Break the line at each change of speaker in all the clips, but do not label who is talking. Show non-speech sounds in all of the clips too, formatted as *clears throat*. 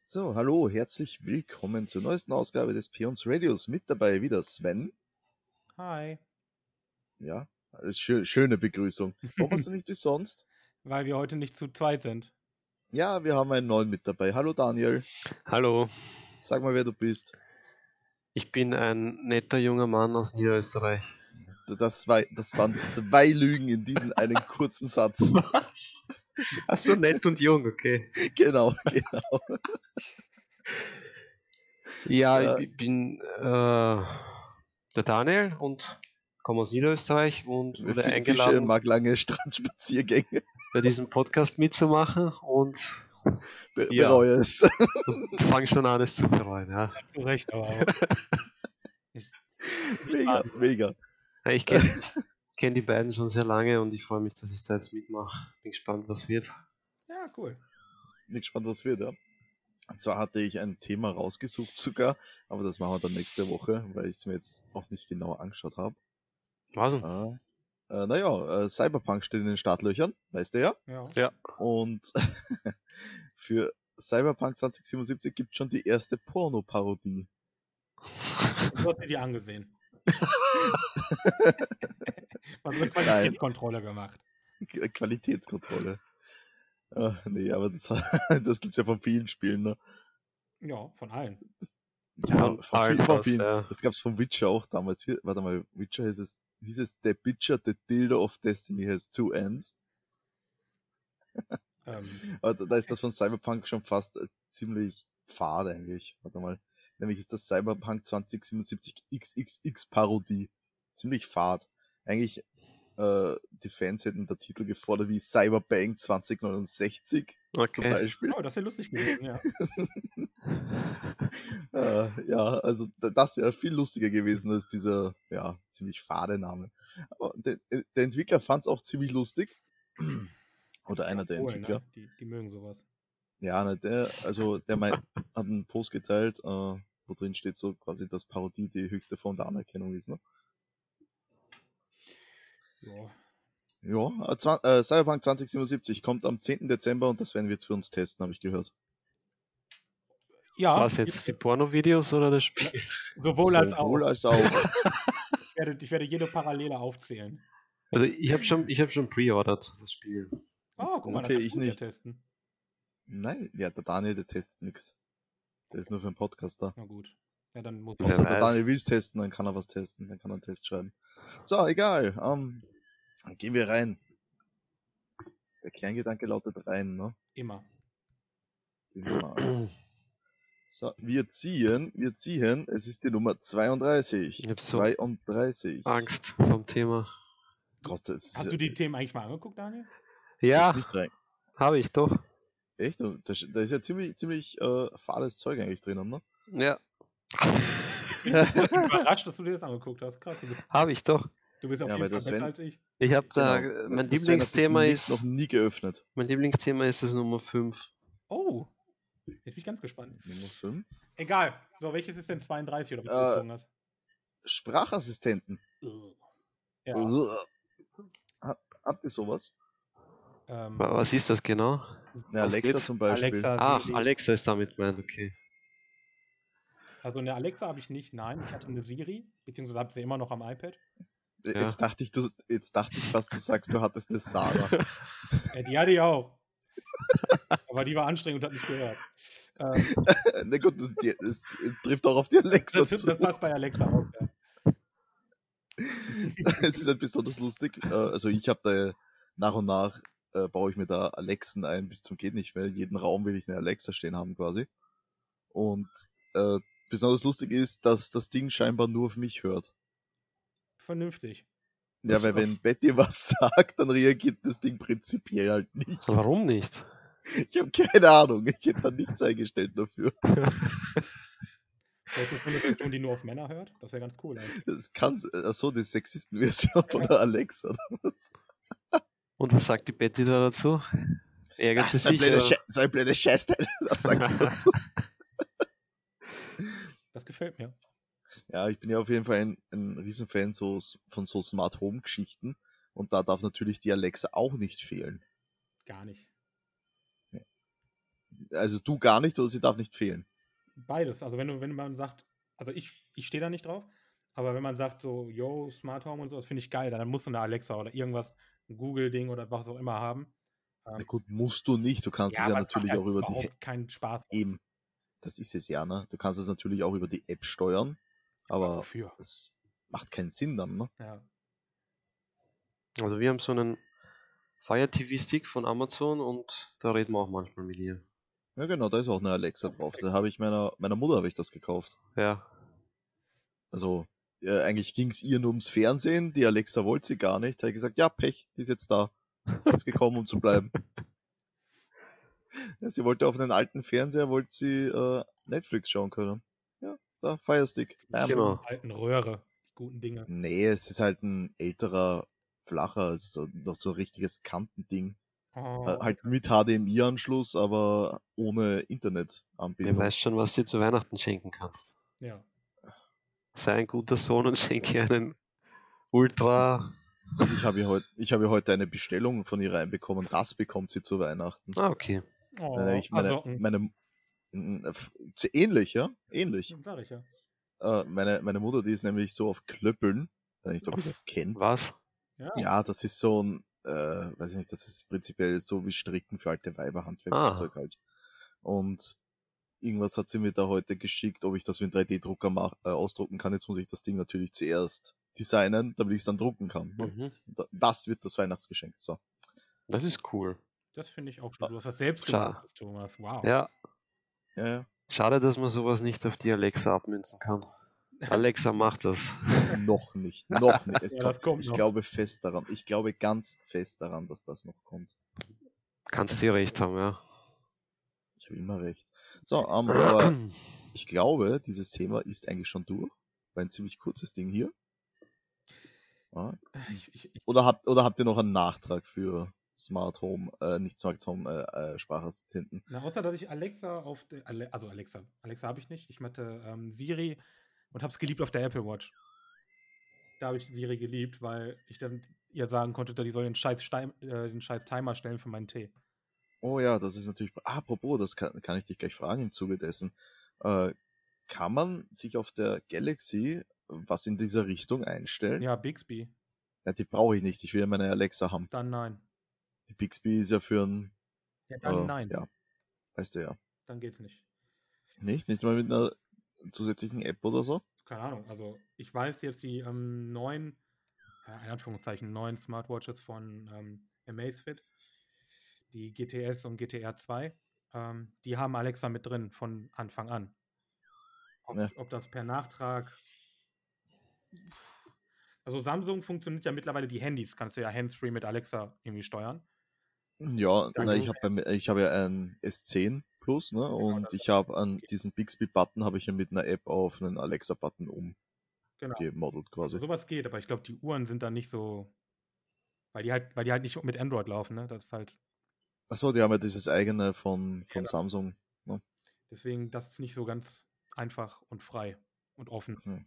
So, hallo, herzlich willkommen zur neuesten Ausgabe des Peons Radios. Mit dabei wieder Sven.
Hi.
Ja, das ist schö- schöne Begrüßung. Warum hast du nicht wie sonst?
Weil wir heute nicht zu zweit sind.
Ja, wir haben einen neuen mit dabei. Hallo Daniel,
Hallo,
sag mal, wer du bist.
ich bin ein netter junger Mann aus Niederösterreich.
Das, war, das waren zwei Lügen in diesem einen kurzen
*laughs*
Satz.
Was? Ach so, nett und jung, okay.
Genau, genau.
Ja,
Ja.
ich bi- bin äh, der Daniel und komme aus Niederösterreich und wurde
Fi- Fische
eingeladen,
mag lange Strandspaziergänge.
bei diesem Podcast mitzumachen und *laughs*
Be
Ja.
Bereue es.
fange schon an, es zu bereuen. Ja.
Zu Recht aber auch.
*laughs* Mega, mega.
Ich kenne kenn die beiden schon sehr lange und ich freue mich, dass ich da jetzt mitmache. Bin gespannt, was wird.
*laughs* Ja, cool.
Bin gespannt, was wird, ja. Und zwar hatte ich ein Thema rausgesucht sogar, aber das machen wir dann nächste Woche, weil ich es mir jetzt auch nicht genauer angeschaut habe.
Was denn?
Ah. Äh, naja, äh, Cyberpunk steht in den Startlöchern, weißt du ja.
Ja.
Und *laughs* für Cyberpunk 2077 gibt schon die erste Porno-Parodie.
Du hast dir die angesehen. *laughs* Man wird Qualitätskontrolle gemacht.
Qu- äh, Qualitätskontrolle. Ah, nee, aber das, *laughs* das gibt's ja von vielen Spielen, ne?
Ja, von allen.
Von allen was, ja.
Das gab's von Witcher auch damals. Hier- Warte mal, Witcher hieß es, hieß es The Witcher, The Dildo of Destiny has two ends.
Ähm,
Aber da- da ist das von Cyberpunk schon fast äh, ziemlich fad eigentlich. Warte mal. Nämlich ist das Cyberpunk 2077 XXX Parodie. Ziemlich fad. Eigentlich, äh, die Fans hätten da Titel gefordert wie Cyberbang 2069 zum
Okay.
Beispiel.
oh, das wäre lustig gewesen, ja.
Äh, ja, also d- das wäre viel lustiger gewesen als dieser, ja, ziemlich fade Name. Aber der, der Entwickler fand es auch ziemlich lustig. *clears throat* Oder einer der
Polen,
Entwickler.
ne? die, die mögen sowas.
Ja, ne, der, also der mein, hat einen Post geteilt, äh, wo drin steht so quasi, dass Parodie die höchste Form der Anerkennung ist. Ne?
Ja.
Ja, äh, zwa- äh, Cyberpunk 2077 kommt am 10. Dezember und das werden wir jetzt für uns testen, habe ich gehört.
ja
Was jetzt? Die Porno-Videos oder das Spiel?
Sowohl als auch.
Sowohl als auch.
Ich, werde, ich werde jede Parallele aufzählen.
Also ich habe schon, ich hab schon pre-ordered das Spiel.
Oh, guck mal,
Okay,
kann
ich
Lucia
nicht.
testen.
Nein, ja, der Daniel, der testet nix Der ist nur für einen Podcast da.
Na gut. Ja, dann muss
Wer
Außer der
weiß.
Daniel will es testen, dann kann er was testen, dann kann er einen Test schreiben. So, egal. Ähm, dann gehen wir rein. Der Kerngedanke lautet rein, ne?
immer.
Gehen wir mal
*clears throat*
aus. So, wir ziehen, wir ziehen, es ist die Nummer 32.
Ich hab so Ah,
32.
Angst vom Thema.
Gott, das
Hast
ist
du die Themen eigentlich mal angeguckt,
*laughs*
Daniel?
ja.
ah, Ja,
nicht rein.
habe ich doch.
Echt? Und Da, da ist ja ziemlich, ziemlich äh, fades Zeug eigentlich drinnen, ne?
Ja,
Ich bin überrascht, dass du dir das angeguckt hast. Krass, du bist,
habe ich doch.
du bist auf
Ja, aber
jeden Fall
das
besser
wenn-
als ich.
Ich habe da äh,
Genau. Das
mein
Sven hat das
Lieblingsthema
nie-
ist
noch nie geöffnet.
mein Lieblingsthema ist das Nummer 5.
Oh, jetzt bin ich ganz gespannt.
Nummer 5.
Egal. So, welches ist denn 32 oder was
Äh,
du gezogen hast?
Sprachassistenten.
Ja,
Hat, habt ihr sowas?
ähm,
Was ist das genau?
Na,
Was
Alexa
geht's?
zum Beispiel.
Alexa,
Ach,
Siri.
Alexa ist damit gemeint, okay.
Also eine Alexa habe ich nicht, nein. Ich hatte eine Siri, beziehungsweise habe sie immer noch am iPad.
Äh,
Ja.
Jetzt dachte ich, du, jetzt dachte ich fast, du sagst, du hattest eine Sarah. *laughs*
Äh, die hatte ich auch. Aber die war anstrengend und hat nicht gehört.
*laughs*
Ähm,
Na gut, das, die, das trifft auch auf die Alexa
das, das
zu.
passt bei Alexa auch. Ja.
*laughs* Es ist halt besonders lustig. Äh, Also ich habe da nach und nach äh, baue ich mir da Alexen ein bis zum geht nicht mehr. Jeden Raum will ich eine Alexa stehen haben quasi. Und äh, besonders lustig ist, dass das Ding scheinbar nur auf mich hört.
Vernünftig.
Ja, weil wenn Betty was *laughs* sagt, dann reagiert das Ding prinzipiell halt nicht.
Warum nicht?
Ich habe keine Ahnung. Ich hätte da nichts eingestellt dafür.
Vielleicht ist so eine Version, die nur auf Männer hört. Das wäre ganz cool. eigentlich.
Das kann, achso, die Sexisten-Version von der Alexa. Oder was?
Und was sagt die Betty da dazu? Ärgert sie
So ein
sich?
blöder,
oder?
Sche so ein blöder Scheißteil. *laughs* Das sagst du dazu.
Das gefällt mir.
Ja, ich bin ja auf jeden Fall ein, ein Riesenfan so, s- von so Smart Home Geschichten. Und da darf natürlich die Alexa auch nicht fehlen.
Gar nicht.
also du gar nicht oder sie darf nicht fehlen.
Beides. Also wenn, du, wenn man sagt, also ich, ich stehe da nicht drauf, aber wenn man sagt so, yo, Smart Home und so, das finde ich geil, dann musst du eine Alexa oder irgendwas, ein Google-Ding oder was auch immer haben.
Na gut, musst du nicht. Du kannst es ja
aber macht
natürlich
halt
auch über die
überhaupt keinen Spaß. aus.
Eben. Das ist es ja, ne? Du kannst es natürlich auch über die App steuern, aber
Wofür?
es macht keinen Sinn dann, ne?
Ja.
Also wir haben so einen Fire TV Stick von Amazon und da reden wir auch manchmal mit ihr.
Ja, genau, da ist auch eine Alexa drauf. Da habe ich meiner, meiner Mutter habe ich das gekauft.
Ja,
Also, äh, eigentlich ging es ihr nur ums Fernsehen, die Alexa wollte sie gar nicht. Da habe ich gesagt, ja, Pech, die ist jetzt da. Ist gekommen, um zu bleiben. ja, sie wollte auf einen alten Fernseher, wollte sie äh, Netflix schauen können. Ja, da, Firestick. Bam.
Genau.
Alten Röhre, die guten Dinge.
Nee, es ist halt ein älterer, flacher, also so, noch so ein richtiges Kantending.
Oh.
Äh, Halt mit HDMI-Anschluss, aber ohne
du
Internetanbindung.
weißt schon, was du dir zu Weihnachten schenken kannst.
Ja.
Sei ein guter Sohn und *laughs* schenke ihr einen Ultra.
Ich habe ihr, heut, ich habe ihr heute eine Bestellung von ihr reinbekommen. Das bekommt sie zu Weihnachten.
Ah, okay.
Oh,
Äh, ich meine,
Socken.
meine m- mm, f- z- ähnlich, ja, ähnlich.
Sag ich ja.
Äh, meine, meine Mutter, die ist nämlich so auf Klöppeln, Ich weiß nicht, ob ihr das kennt.
Was?
Ja.
Ja, das ist so ein, äh, weiß ich nicht, das ist prinzipiell so wie Stricken für alte Weiber, Handwerkszeug
Ah.
halt. Und irgendwas hat sie mir da heute geschickt, ob ich das mit einem 3D-Drucker mach, äh, ausdrucken kann. Jetzt muss ich das Ding natürlich zuerst designen, damit ich es dann drucken kann. ne?
Mhm.
Da- Das wird das Weihnachtsgeschenk. So.
Das ist cool.
Das finde ich auch schön. Du hast das selbst
Klar.
gemacht, Thomas. Wow.
Ja,
Ja, ja.
schade, dass man sowas nicht auf die Alexa abmünzen kann. Alexa macht das. *laughs*
Noch nicht, noch nicht. Es
*laughs* Ja,
kommt,
das kommt
ich
noch.
glaube fest daran, ich glaube ganz fest daran, dass das noch kommt.
Kannst dir recht haben, ja.
Ich habe immer recht. So, ähm, aber
*clears throat*
ich glaube, dieses Thema ist eigentlich schon durch. War ein ziemlich kurzes Ding hier. Ja.
Ich, ich, ich,
Oder, habt, oder habt ihr noch einen Nachtrag für Smart Home, äh, nicht Smart Home, äh, äh, Sprachassistenten?
na, außer, dass ich Alexa auf der. Ale also, Alexa. Alexa habe ich nicht. Ich hatte ähm, Siri und habe es geliebt auf der Apple Watch. Da habe ich Siri geliebt, weil ich dann ihr sagen konnte, die soll den scheiß, Steim, äh, den scheiß Timer stellen für meinen Tee.
Oh ja, das ist natürlich. Apropos, das kann, kann ich dich gleich fragen im Zuge dessen. Äh, kann man sich auf der Galaxy was in dieser Richtung einstellen?
Ja, Bixby.
Ja, die brauche ich nicht. Ich will ja meine Alexa haben.
Dann nein.
Die Bixby ist ja für ein.
Ja, dann
äh,
nein.
Ja. Weißt du ja.
Dann geht's nicht.
Nicht? Nicht mal mit einer zusätzlichen App oder so?
keine Ahnung, also ich weiß jetzt die ähm, neuen, äh, in Anführungszeichen, neuen Smartwatches von ähm, Amazfit, die GTS und GTR 2, ähm, die haben Alexa mit drin von Anfang an. Ob,
Ja.
ob das per Nachtrag. Pff. Also Samsung funktioniert ja mittlerweile die Handys, kannst du ja handsfree mit Alexa irgendwie steuern.
Ja,
Ja,
na,
gut.
ich habe ich habe ja ein S10 Plus, ne? Und
das-
ich habe an diesen Bixby-Button habe ich ja mit einer App auf einen Alexa-Button
Genau.
umgemodelt quasi.
Sowas geht, aber ich glaube, die Uhren sind da nicht so. Weil die halt, weil die halt nicht mit Android laufen, ne? Das ist halt.
Achso, die haben ja dieses eigene von, von
Genau.
Samsung.
Deswegen, das ist nicht so ganz einfach und frei und offen.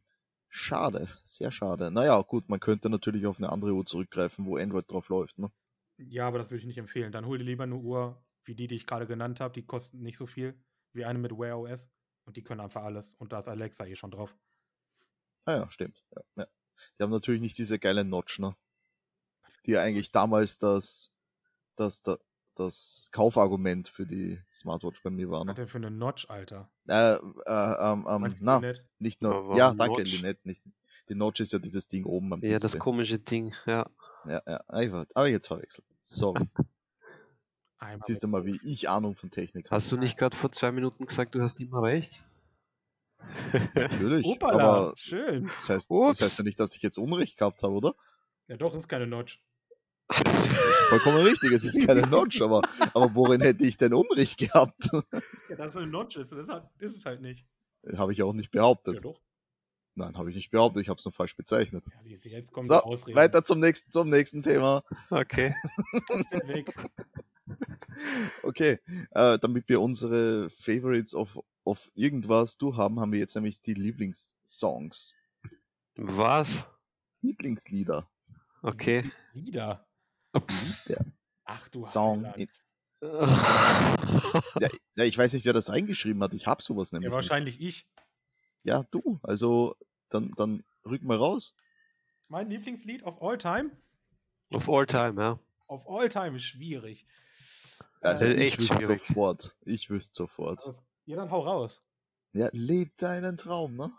Schade, sehr schade. Naja, gut, man könnte natürlich auf eine andere Uhr zurückgreifen, wo Android drauf läuft, ne?
Ja, aber das würde ich nicht empfehlen. Dann hol dir lieber eine Uhr, wie die, die ich gerade genannt habe. Die kosten nicht so viel wie eine mit Wear OS. Und die können einfach alles. Und da ist Alexa eh schon drauf.
Ah ja, stimmt. Ja, ja. Die haben natürlich nicht diese geile Notch, ne? Die ja eigentlich damals das, das, das, das Kaufargument für die Smartwatch bei mir war.
Was
Ne?
denn für eine Notch, Alter?
Äh, äh, ähm, ähm,
Meinst du
na,
nicht?
nicht nur.
Aber
ja,
warum
danke,
Notch?
Linette. Nicht, die Notch ist ja dieses Ding oben am
ja, das
Display.
komische Ding, ja.
ja, ja, ah, ich war- aber jetzt verwechselt. Sorry.
Ah,
Einmal
Siehst du mal, wie ich Ahnung von Technik habe.
Hast du nicht gerade vor zwei Minuten gesagt, du hast immer recht?
Natürlich.
Opala,
Aber
schön.
das heißt,
Ups.
das heißt ja nicht, dass ich jetzt Unrecht gehabt habe, oder?
Ja, doch, ist keine Notch.
Vollkommen richtig, es ist keine Notch, aber, aber worin hätte ich denn Unrecht gehabt?
Ja, dass es eine Notch ist, deshalb ist es halt nicht.
Habe ich auch nicht
Ja,
behauptet.
doch.
Nein, habe ich nicht behauptet, ich habe es nur falsch bezeichnet.
Ja, siehst du, jetzt kommen
So,
die Ausreden.
Weiter zum nächsten, zum nächsten Thema.
Okay.
*laughs* Weg.
Okay, äh, damit wir unsere Favorites of, of irgendwas du haben, haben wir jetzt nämlich die Lieblingssongs,
Was?
Lieblingslieder.
Okay.
Lieder.
*laughs* Ja.
Ach du
Song
Heiland.
Ja, ja, ich weiß nicht, wer das eingeschrieben hat. Ich hab sowas nämlich.
Ja,
nicht.
wahrscheinlich ich.
ja du. Also, dann, dann rück mal raus.
Mein Lieblingslied of all time?
Of all time, ja.
Of all time ist schwierig.
Also,
Äh,
ich
echt
wüsste
schwierig.
sofort. Ich wüsste sofort.
Also, ja, dann hau raus.
Ja, leb deinen Traum, ne?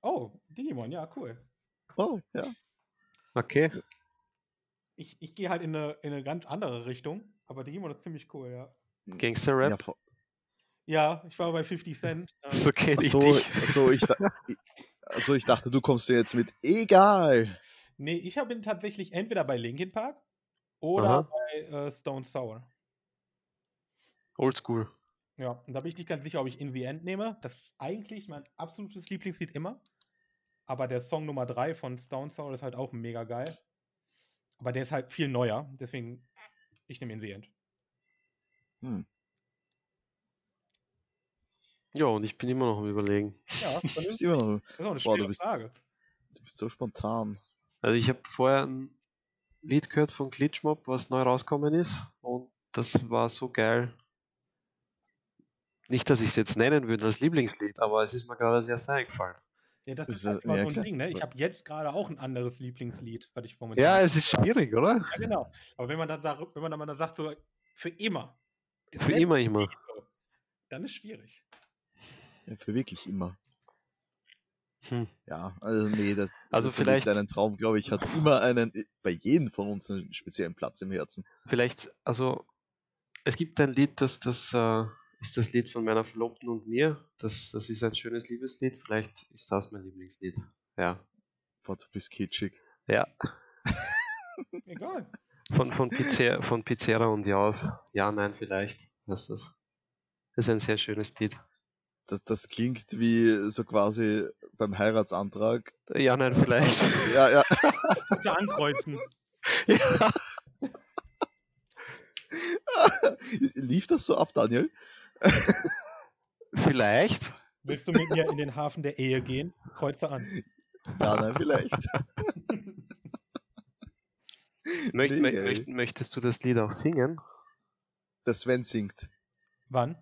Oh, Digimon, ja, cool.
Oh, ja.
Okay.
Ich, ich gehe halt in eine, in eine ganz andere Richtung, aber Digimon ist ziemlich cool, ja.
Gangster-Rap.
ja vor-
Ja, ich war bei 50 *laughs* Cent. ähm,
So kenne
ach
ich
so,
dich.
ach so, ich, da- ich, also ich dachte, du kommst dir jetzt mit egal.
nee, ich hab- bin tatsächlich entweder bei Linkin Park oder
Aha.
bei äh, Stone Sour.
Oldschool.
Ja, und da bin ich nicht ganz sicher, ob ich In the End nehme. Das ist eigentlich mein absolutes Lieblingslied immer. Aber der Song Nummer 3 von Stone Sour ist halt auch mega geil. Aber der ist halt viel neuer, deswegen ich nehme In the End.
Hm.
Ja, und ich bin immer noch am Überlegen.
Ja, dann *laughs*
Du
ist
bist immer noch,
das ist auch eine
Boah, du
schwere
bist-
Frage.
du bist so spontan.
Also, ich habe vorher ein Lied gehört von Glitchmob, was neu rausgekommen ist. Und das war so geil. Nicht, dass ich es jetzt nennen würde als Lieblingslied, aber es ist mir gerade als erstes eingefallen.
Ja, das
Das
ist
ist,
halt
äh,
immer
ja,
so ein
klar.
Ding, ne? Ich habe jetzt gerade auch ein anderes Lieblingslied, was ich momentan.
Ja, es ist schwierig, oder?
Ja, genau. Aber wenn man dann, da, wenn man dann mal da sagt, so für immer. das
Für
nennt
immer,
man
immer.
nicht so, Dann ist schwierig.
Ja, für wirklich immer.
Hm.
Ja, also nee, das,
Also
das
vielleicht-
deinen Traum, glaube ich, hat immer einen, bei jedem von uns einen speziellen Platz im Herzen.
Vielleicht, also, es gibt ein Lied, das, das äh, ist das Lied von meiner Verlobten und mir. Das, das ist ein schönes Liebeslied. Vielleicht ist das mein Lieblingslied. Ja.
Boah, du bist kitschig.
Ja.
Egal.
Von, von, Pizzer, von Pizzera und Jaus. Ja, nein, vielleicht. Das ist das. Das ist ein sehr schönes Lied.
Das, das klingt wie so quasi beim Heiratsantrag.
Ja, nein, vielleicht.
Ja, ja.
Bitte ankreuzen.
ja.
Lief das so ab, Daniel?
*laughs* Vielleicht.
Willst du mit mir in den Hafen der Ehe gehen? Kreuze an.
Ja, nein, vielleicht.
Möcht,
Nee,
mö-
ey.
möcht, möchtest du das Lied auch singen?
Der Sven singt.
Wann?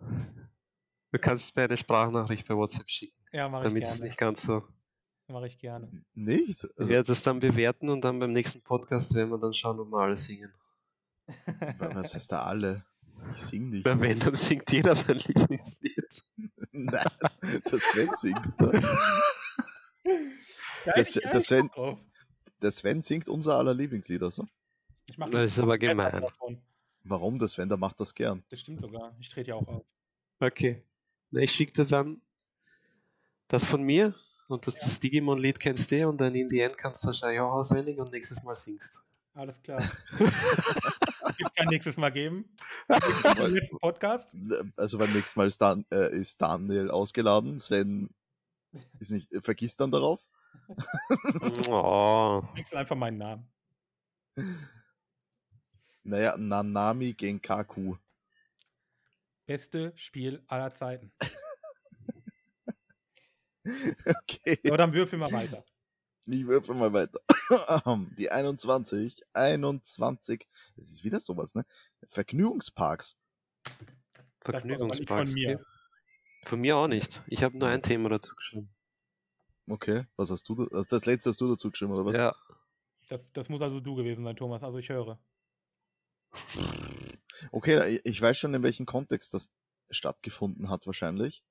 Du kannst mir eine Sprachnachricht bei WhatsApp schicken,
Ja, mache ich
damit es
gerne.
nicht ganz so.
Mache ich gerne.
Nicht?
Ich
Also,
werde das dann bewerten und dann beim nächsten Podcast werden wir dann schauen, ob wir alle singen.
Was heißt da alle? Ich sing nicht.
Bei wenn, dann singt jeder sein Lieblingslied.
Nein, der Sven singt. ne?
*laughs* Da hätte
Das-
ich
das
eigentlich
werden-
Bock drauf.
Der Sven singt unser aller Lieblingslieder. So.
Ich mache
Das ist aber gemein.
davon.
Warum der Sven? Der macht das gern.
Das stimmt sogar. Ich trete ja auch auf.
Okay. Na, ich schicke dir dann das von mir und das, das Digimon-Lied kennst du eh und dann in the end kannst du wahrscheinlich auch auswendig und nächstes Mal
*laughs*
singst.
Alles klar. Wird kein nächstes Mal geben. Im letzten Podcast.
Also beim nächsten Mal ist, Dan, äh, ist Daniel ausgeladen. Sven ist nicht, äh, vergisst dann darauf.
Oh.
Wechsel einfach meinen Namen.
Naja, Nanami Genkaku.
Beste Spiel aller Zeiten.
Okay,
So, dann würfel mal weiter.
ich würfel mal weiter. *clears throat* Die 21, 21. Es ist wieder sowas, ne? Vergnügungsparks.
Das war aber nicht
Vergnügungspark.
Von mir.
von mir auch nicht. Ich habe nur ein Thema dazu geschrieben.
Okay, was hast du? da- Also das letzte hast du dazu geschrieben, oder was?
Ja.
Das, das muss also du gewesen sein, Thomas. Also ich höre.
Okay, äh, ich weiß schon, in welchem Kontext das stattgefunden hat wahrscheinlich.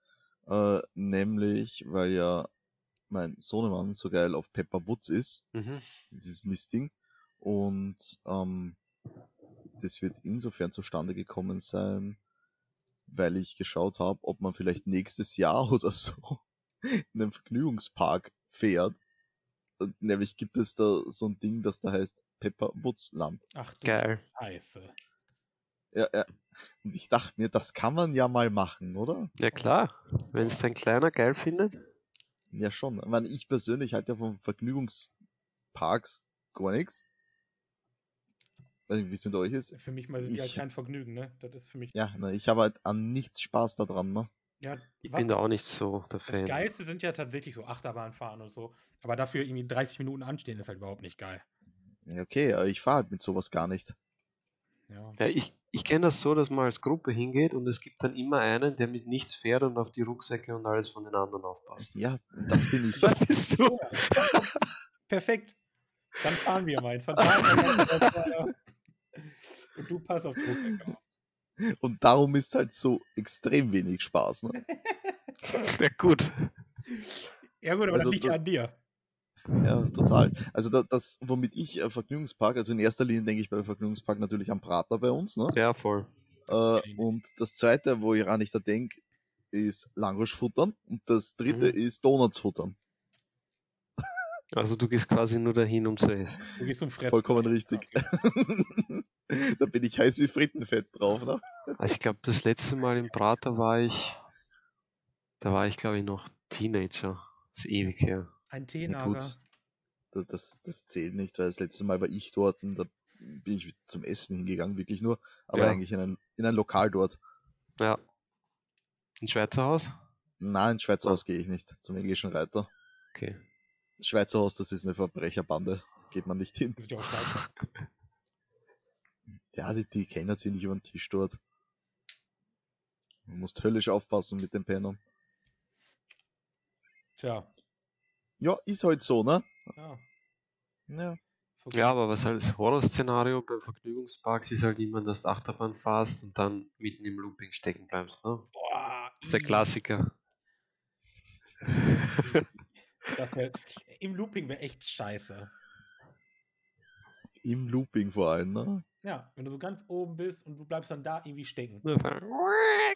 Äh, nämlich, weil ja mein Sohnemann so geil auf Pepper Woods ist,
Mhm.
dieses Mistding. Und ähm, das wird insofern zustande gekommen sein, weil ich geschaut habe, ob man vielleicht nächstes Jahr *laughs* oder so in einem Vergnügungspark fährt. Und nämlich gibt es da so ein Ding, das da heißt Pepper Woods Land.
Ach du
Geil.
Scheiße.
Ja, ja. Und ich dachte mir, das kann man ja mal machen, oder?
Ja klar. Wenn es dein Kleiner geil findet.
Ja, schon. Ich, meine, ich persönlich halte ja von Vergnügungsparks gar nichts. Weiß nicht, wie es mit euch ist.
Für mich mal sind die halt
Ich-
kein Vergnügen, ne? Das ist für mich.
Ja, na, ich habe halt an nichts Spaß daran, ne?
Ja,
Ich
wa-
bin da auch nicht so der
das
Fan.
Geilste sind ja tatsächlich so Achterbahnfahren und so. Aber dafür irgendwie 30 Minuten anstehen ist halt überhaupt nicht geil.
Ja, okay, aber ich fahre halt mit sowas gar nicht.
Ja.
Ja, ich, ich kenne das so, dass man als Gruppe hingeht und es gibt dann immer einen, der mit nichts fährt und auf die Rucksäcke und alles von den anderen aufpasst.
Ja, das bin ich.
*laughs* Das bist du.
Perfekt. Dann fahren wir meins. Dann fahren wir meins. Und du pass auf die Rucksäcke auf.
Und darum ist halt so extrem wenig Spaß. Ne?
Ja, gut.
Ja gut, aber
Also,
das liegt
du-
ja an dir.
Ja, total. Also da, das, womit ich äh, Vergnügungspark, also in erster Linie denke ich bei Vergnügungspark natürlich am Prater bei uns. Ne?
Ja, voll.
Äh, und das zweite, wo ich ran ich da denke, ist Langosch futtern. Und das dritte ist Donuts futtern.
Also du gehst quasi nur dahin, um zu essen.
Du gehst zum Fressen.
Vollkommen richtig.
Okay.
*laughs* da bin ich heiß wie Frittenfett drauf. Ne?
Also ich glaube, das letzte Mal im Prater war ich, da war ich glaube ich noch Teenager. Das ist ewig her.
Ein
Ja,
Teenager.
gut. Das, das, das zählt nicht, weil das letzte Mal war ich dort und da bin ich zum Essen hingegangen, wirklich nur. Aber
Ja.
eigentlich in ein, in ein Lokal dort.
Ja. Ein Schweizer Haus?
Nein, ins Schweizer Haus gehe ich nicht, zum englischen Reiter.
Okay.
Das Schweizer Haus, das ist eine Verbrecherbande. Geht man nicht hin.
Das ist ja auch stark.
Ja, die, die kennen sich nicht über den Tisch dort. Man muss höllisch aufpassen mit dem Penner.
Tja.
Ja, ist halt so, ne?
Ja.
Ja.
Verrückt.
Ja, aber was als Horrorszenario bei Vergnügungsparks ist halt immer, dass du Achterbahn fährst und dann mitten im Looping stecken bleibst, ne?
Boah,
Das ist der *laughs* Klassiker.
Das wär, Im Looping wäre echt scheiße.
Im Looping vor allem, ne?
Ja, wenn du so ganz oben bist und du bleibst dann da irgendwie stecken.
Nur auf einmal-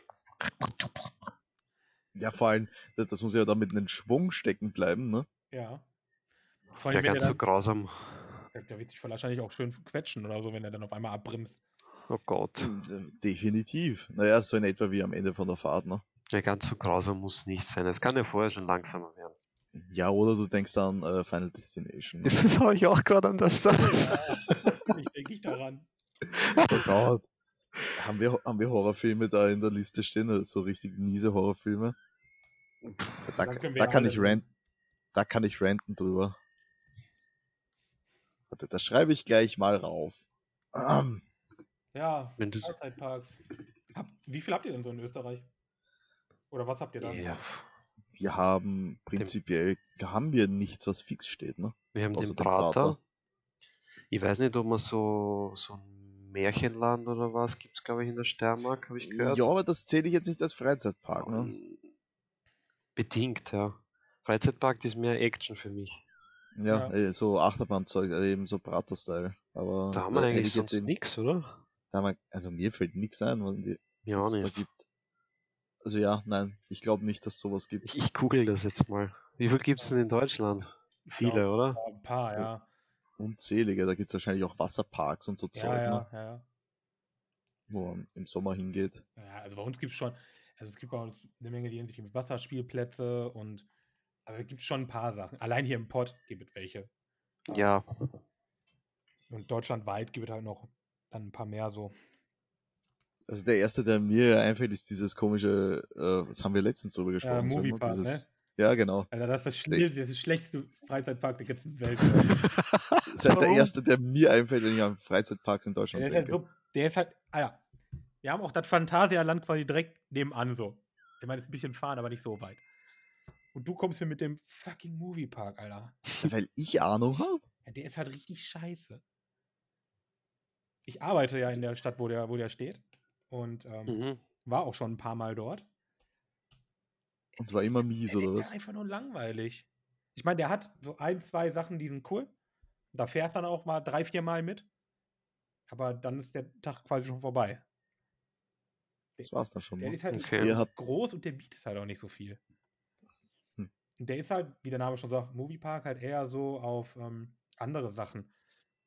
Ja, vor allem, das, das muss ja damit einen Schwung stecken bleiben, ne?
Ja. Vor
Ja,
allem, wenn der
ganz so
dann,
grausam.
der, der wird sich wahrscheinlich auch schön quetschen oder so, wenn er dann auf einmal
*laughs*
abbremst.
Oh Gott.
Hm.
Und, äh, Definitiv. Naja, so in etwa wie am Ende von der Fahrt, ne?
Ja, ganz so grausam muss nicht sein. Es kann ja vorher schon langsamer werden.
Ja, oder du denkst an äh, Final Destination. ne?
*laughs* Das habe ich auch gerade an das da.
Ich denke ich daran. *laughs*
oh Gott. Haben wir, haben wir Horrorfilme da in der Liste stehen? Also So richtig miese Horrorfilme? Da,
Dann
da,
können wir
kann
alle-
ich rant, da kann ich ranten drüber. Warte, da schreibe ich gleich mal rauf. Ähm,
Ja,
Wenn du-
Freizeitparks. Hab, wie viel habt ihr denn so in Österreich? Oder was habt ihr da?
Ja,
wir haben prinzipiell, haben wir nichts, was fix steht, ne?
wir haben
Außer
den
dem Prater.
Prater. Ich weiß nicht, ob man so, so ein Märchenland oder was gibt es, glaube ich, in der Steiermark, habe ich gehört.
Ja, aber das zähle ich jetzt nicht als Freizeitpark, ne?
Ähm, Bedingt, ja. Freizeitpark ist mehr Action für mich.
Ja,
Ja.
äh, so Achterbahnzeug, äh, eben so Prater-Style. Aber
Da haben wir
hätte
eigentlich
ich jetzt
sonst
eben,
nichts, oder?
da haben wir, also mir fällt nichts ein, was, die,
Ja,
was
auch
es da
nicht.
gibt. Also ja, nein, ich glaube nicht, dass sowas gibt.
Ich, ich google das jetzt mal. Wie viel gibt es denn in Deutschland? Viele,
glaub,
oder?
Ja, ein paar, ja.
Unzählige, da gibt es wahrscheinlich auch Wasserparks und so Zeug,
Ja,
ne?
ja, ja.
wo man im Sommer hingeht.
ja also bei uns gibt es schon, also es gibt bei uns eine Menge, die sich mit Wasserspielplätze und, also es gibt schon ein paar Sachen. Allein hier im Pott gibt es welche.
Ja,
Und deutschlandweit gibt es halt noch dann ein paar mehr so.
Also der erste, der mir einfällt, ist dieses komische, äh, das haben wir letztens drüber
Ja,
gesprochen. so, ne?
Moviepark, ne?
dieses, Ja, genau.
Alter, das ist das,
Nee.
schnell, das, ist das schlechteste Freizeitpark *laughs* der ganzen Welt.
Das ist halt der
Warum?
erste, der mir einfällt, wenn ich an Freizeitparks in Deutschland
der ist halt
denke.
so, der ist halt, Alter, wir haben auch das Phantasialand quasi direkt nebenan so. Ich meine, es ist ein bisschen fahren, aber nicht so weit. Und du kommst mir mit dem fucking Moviepark, Alter.
Weil ich Ahnung habe.
Ja, der ist halt richtig scheiße. Ich arbeite ja in der Stadt, wo der, wo der steht. Und ähm,
*laughs* mhm.
war auch schon ein paar Mal dort.
Und war immer mies,
Der
oder
ist
was?
ja einfach nur langweilig. Ich meine, der hat so ein, zwei Sachen, die sind cool. Da fährst dann auch mal drei, vier Mal mit. Aber dann ist der Tag quasi schon vorbei.
Das war's dann schon
Der
mal.
ist halt nicht
Okay.
Ihr habt-
groß und der bietet halt auch nicht so viel.
Hm.
Und Der ist halt, wie der Name schon sagt, Moviepark halt eher so auf ähm, andere Sachen.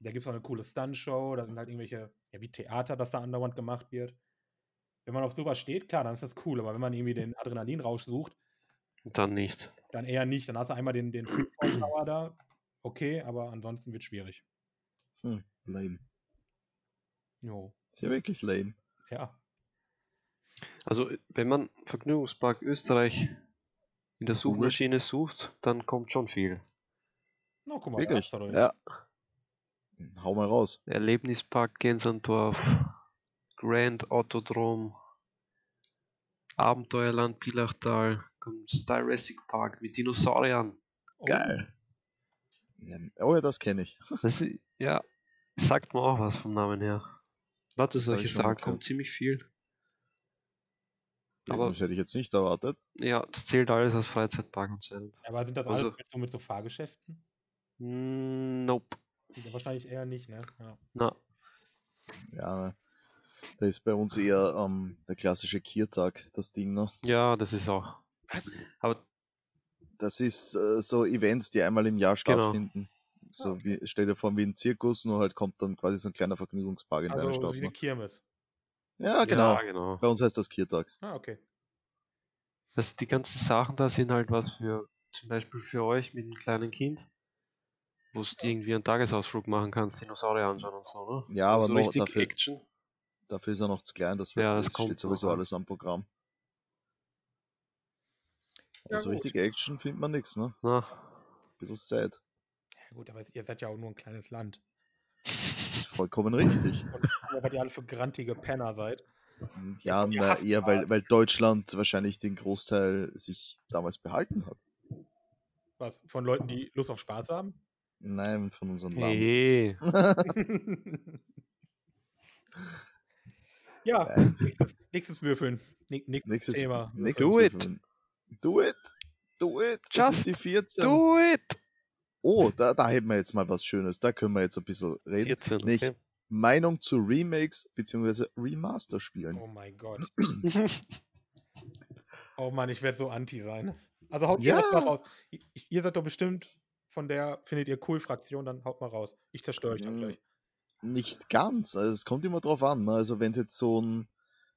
Da gibt es auch eine coole Stuntshow, da sind halt irgendwelche, ja, wie Theater, das da andauernd gemacht wird. Wenn man auf sowas steht, klar, dann ist das cool, aber wenn man irgendwie den Adrenalinrausch sucht,
Dann nicht.
dann eher nicht. Dann hast du einmal den, den Freefall Tower da. Okay, aber ansonsten wird schwierig.
Hm, lame.
Jo.
Ist ja wirklich lame.
Ja.
Also, wenn man Vergnügungspark Österreich in der Suchmaschine sucht, dann kommt schon viel.
Na, guck mal,
Wirklich?
da ist er doch.
Ja.
Hau mal raus.
Erlebnispark Gänsendorf, Grand Autodrom, Abenteuerland Pilachtal, kommt Jurassic Park mit Dinosauriern.
Oh,
Geil.
Ja, oh ja, das kenne ich.
Das ist, ja, sagt mir auch was vom Namen her. Lauter
hab
solche
ich schon mal
Sachen kommt
gehört.
ziemlich viel.
Aber
*laughs* Aber
das hätte ich jetzt nicht erwartet.
ja, das zählt alles als Freizeitpark anscheinend.
Aber sind das
Also-
alles mit so, mit so Fahrgeschäften?
Mm, Nope.
Ja, wahrscheinlich eher nicht, ne? Ja.
Na,
Ja, ne. da ist bei uns eher ähm, der klassische Kiertag, das Ding ne? noch.
ja, das ist auch.
Was?
Aber
Das ist äh, so Events, die einmal im Jahr
Genau.
stattfinden. So wie, stell dir vor, wie ein Zirkus, nur halt kommt dann quasi so ein kleiner Vergnügungspark in
Also
deine
so
Stadt.
wie eine
Ne?
Kirmes.
Ja, genau.
Ja, genau.
Bei uns heißt das Kiertag.
Ah, okay.
Also die ganzen Sachen da sind halt was für, zum Beispiel für euch mit einem kleinen Kind, wo du irgendwie einen Tagesausflug machen kannst, Dinosaurier anschauen und so, ne?
Ja, aber
so
noch
richtig
dafür,
Action.
dafür ist er noch zu klein, das,
Ja, das
es
kommt
steht
noch,
sowieso
ja.
alles am Programm.
Ja,
also
gut.
richtig Action findet man nichts, ne?
Na,
Bisschen sad.
Ja, gut, aber ihr seid ja auch nur ein kleines Land.
Das ist vollkommen richtig. Hm,
Und *laughs* weil ihr alle für grantige Penner seid.
Ja,
die
na, eher weil,
Haftart.
weil Deutschland wahrscheinlich den Großteil sich damals behalten hat.
Was? Von Leuten, die Lust auf Spaß haben? *laughs*
Nein, von unserem Land.
hey,
ja,
Nein.
nächstes, nächstes Würfeln. Ni- Nächstes,
Nächstes,
Thema.
nächstes
Do it.
Würfeln. Do it. Do it. Das ist
Just
die 14.
do it!
Oh, da, da hätten wir jetzt mal was Schönes. Da können wir jetzt ein bisschen reden.
14,
Nicht. *laughs*
okay.
Meinung zu Remakes bzw. Remaster-Spielen.
Oh mein Gott. Oh Mann, ich werde so anti sein. Also haut ihr das
Ja.
mal raus. I- Ihr seid doch bestimmt von der findet ihr cool Fraktion, dann haut mal raus. Ich zerstöre euch dann
Mm,
gleich.
Nicht ganz. Also es kommt immer drauf an. Ne? Also wenn es jetzt so ein,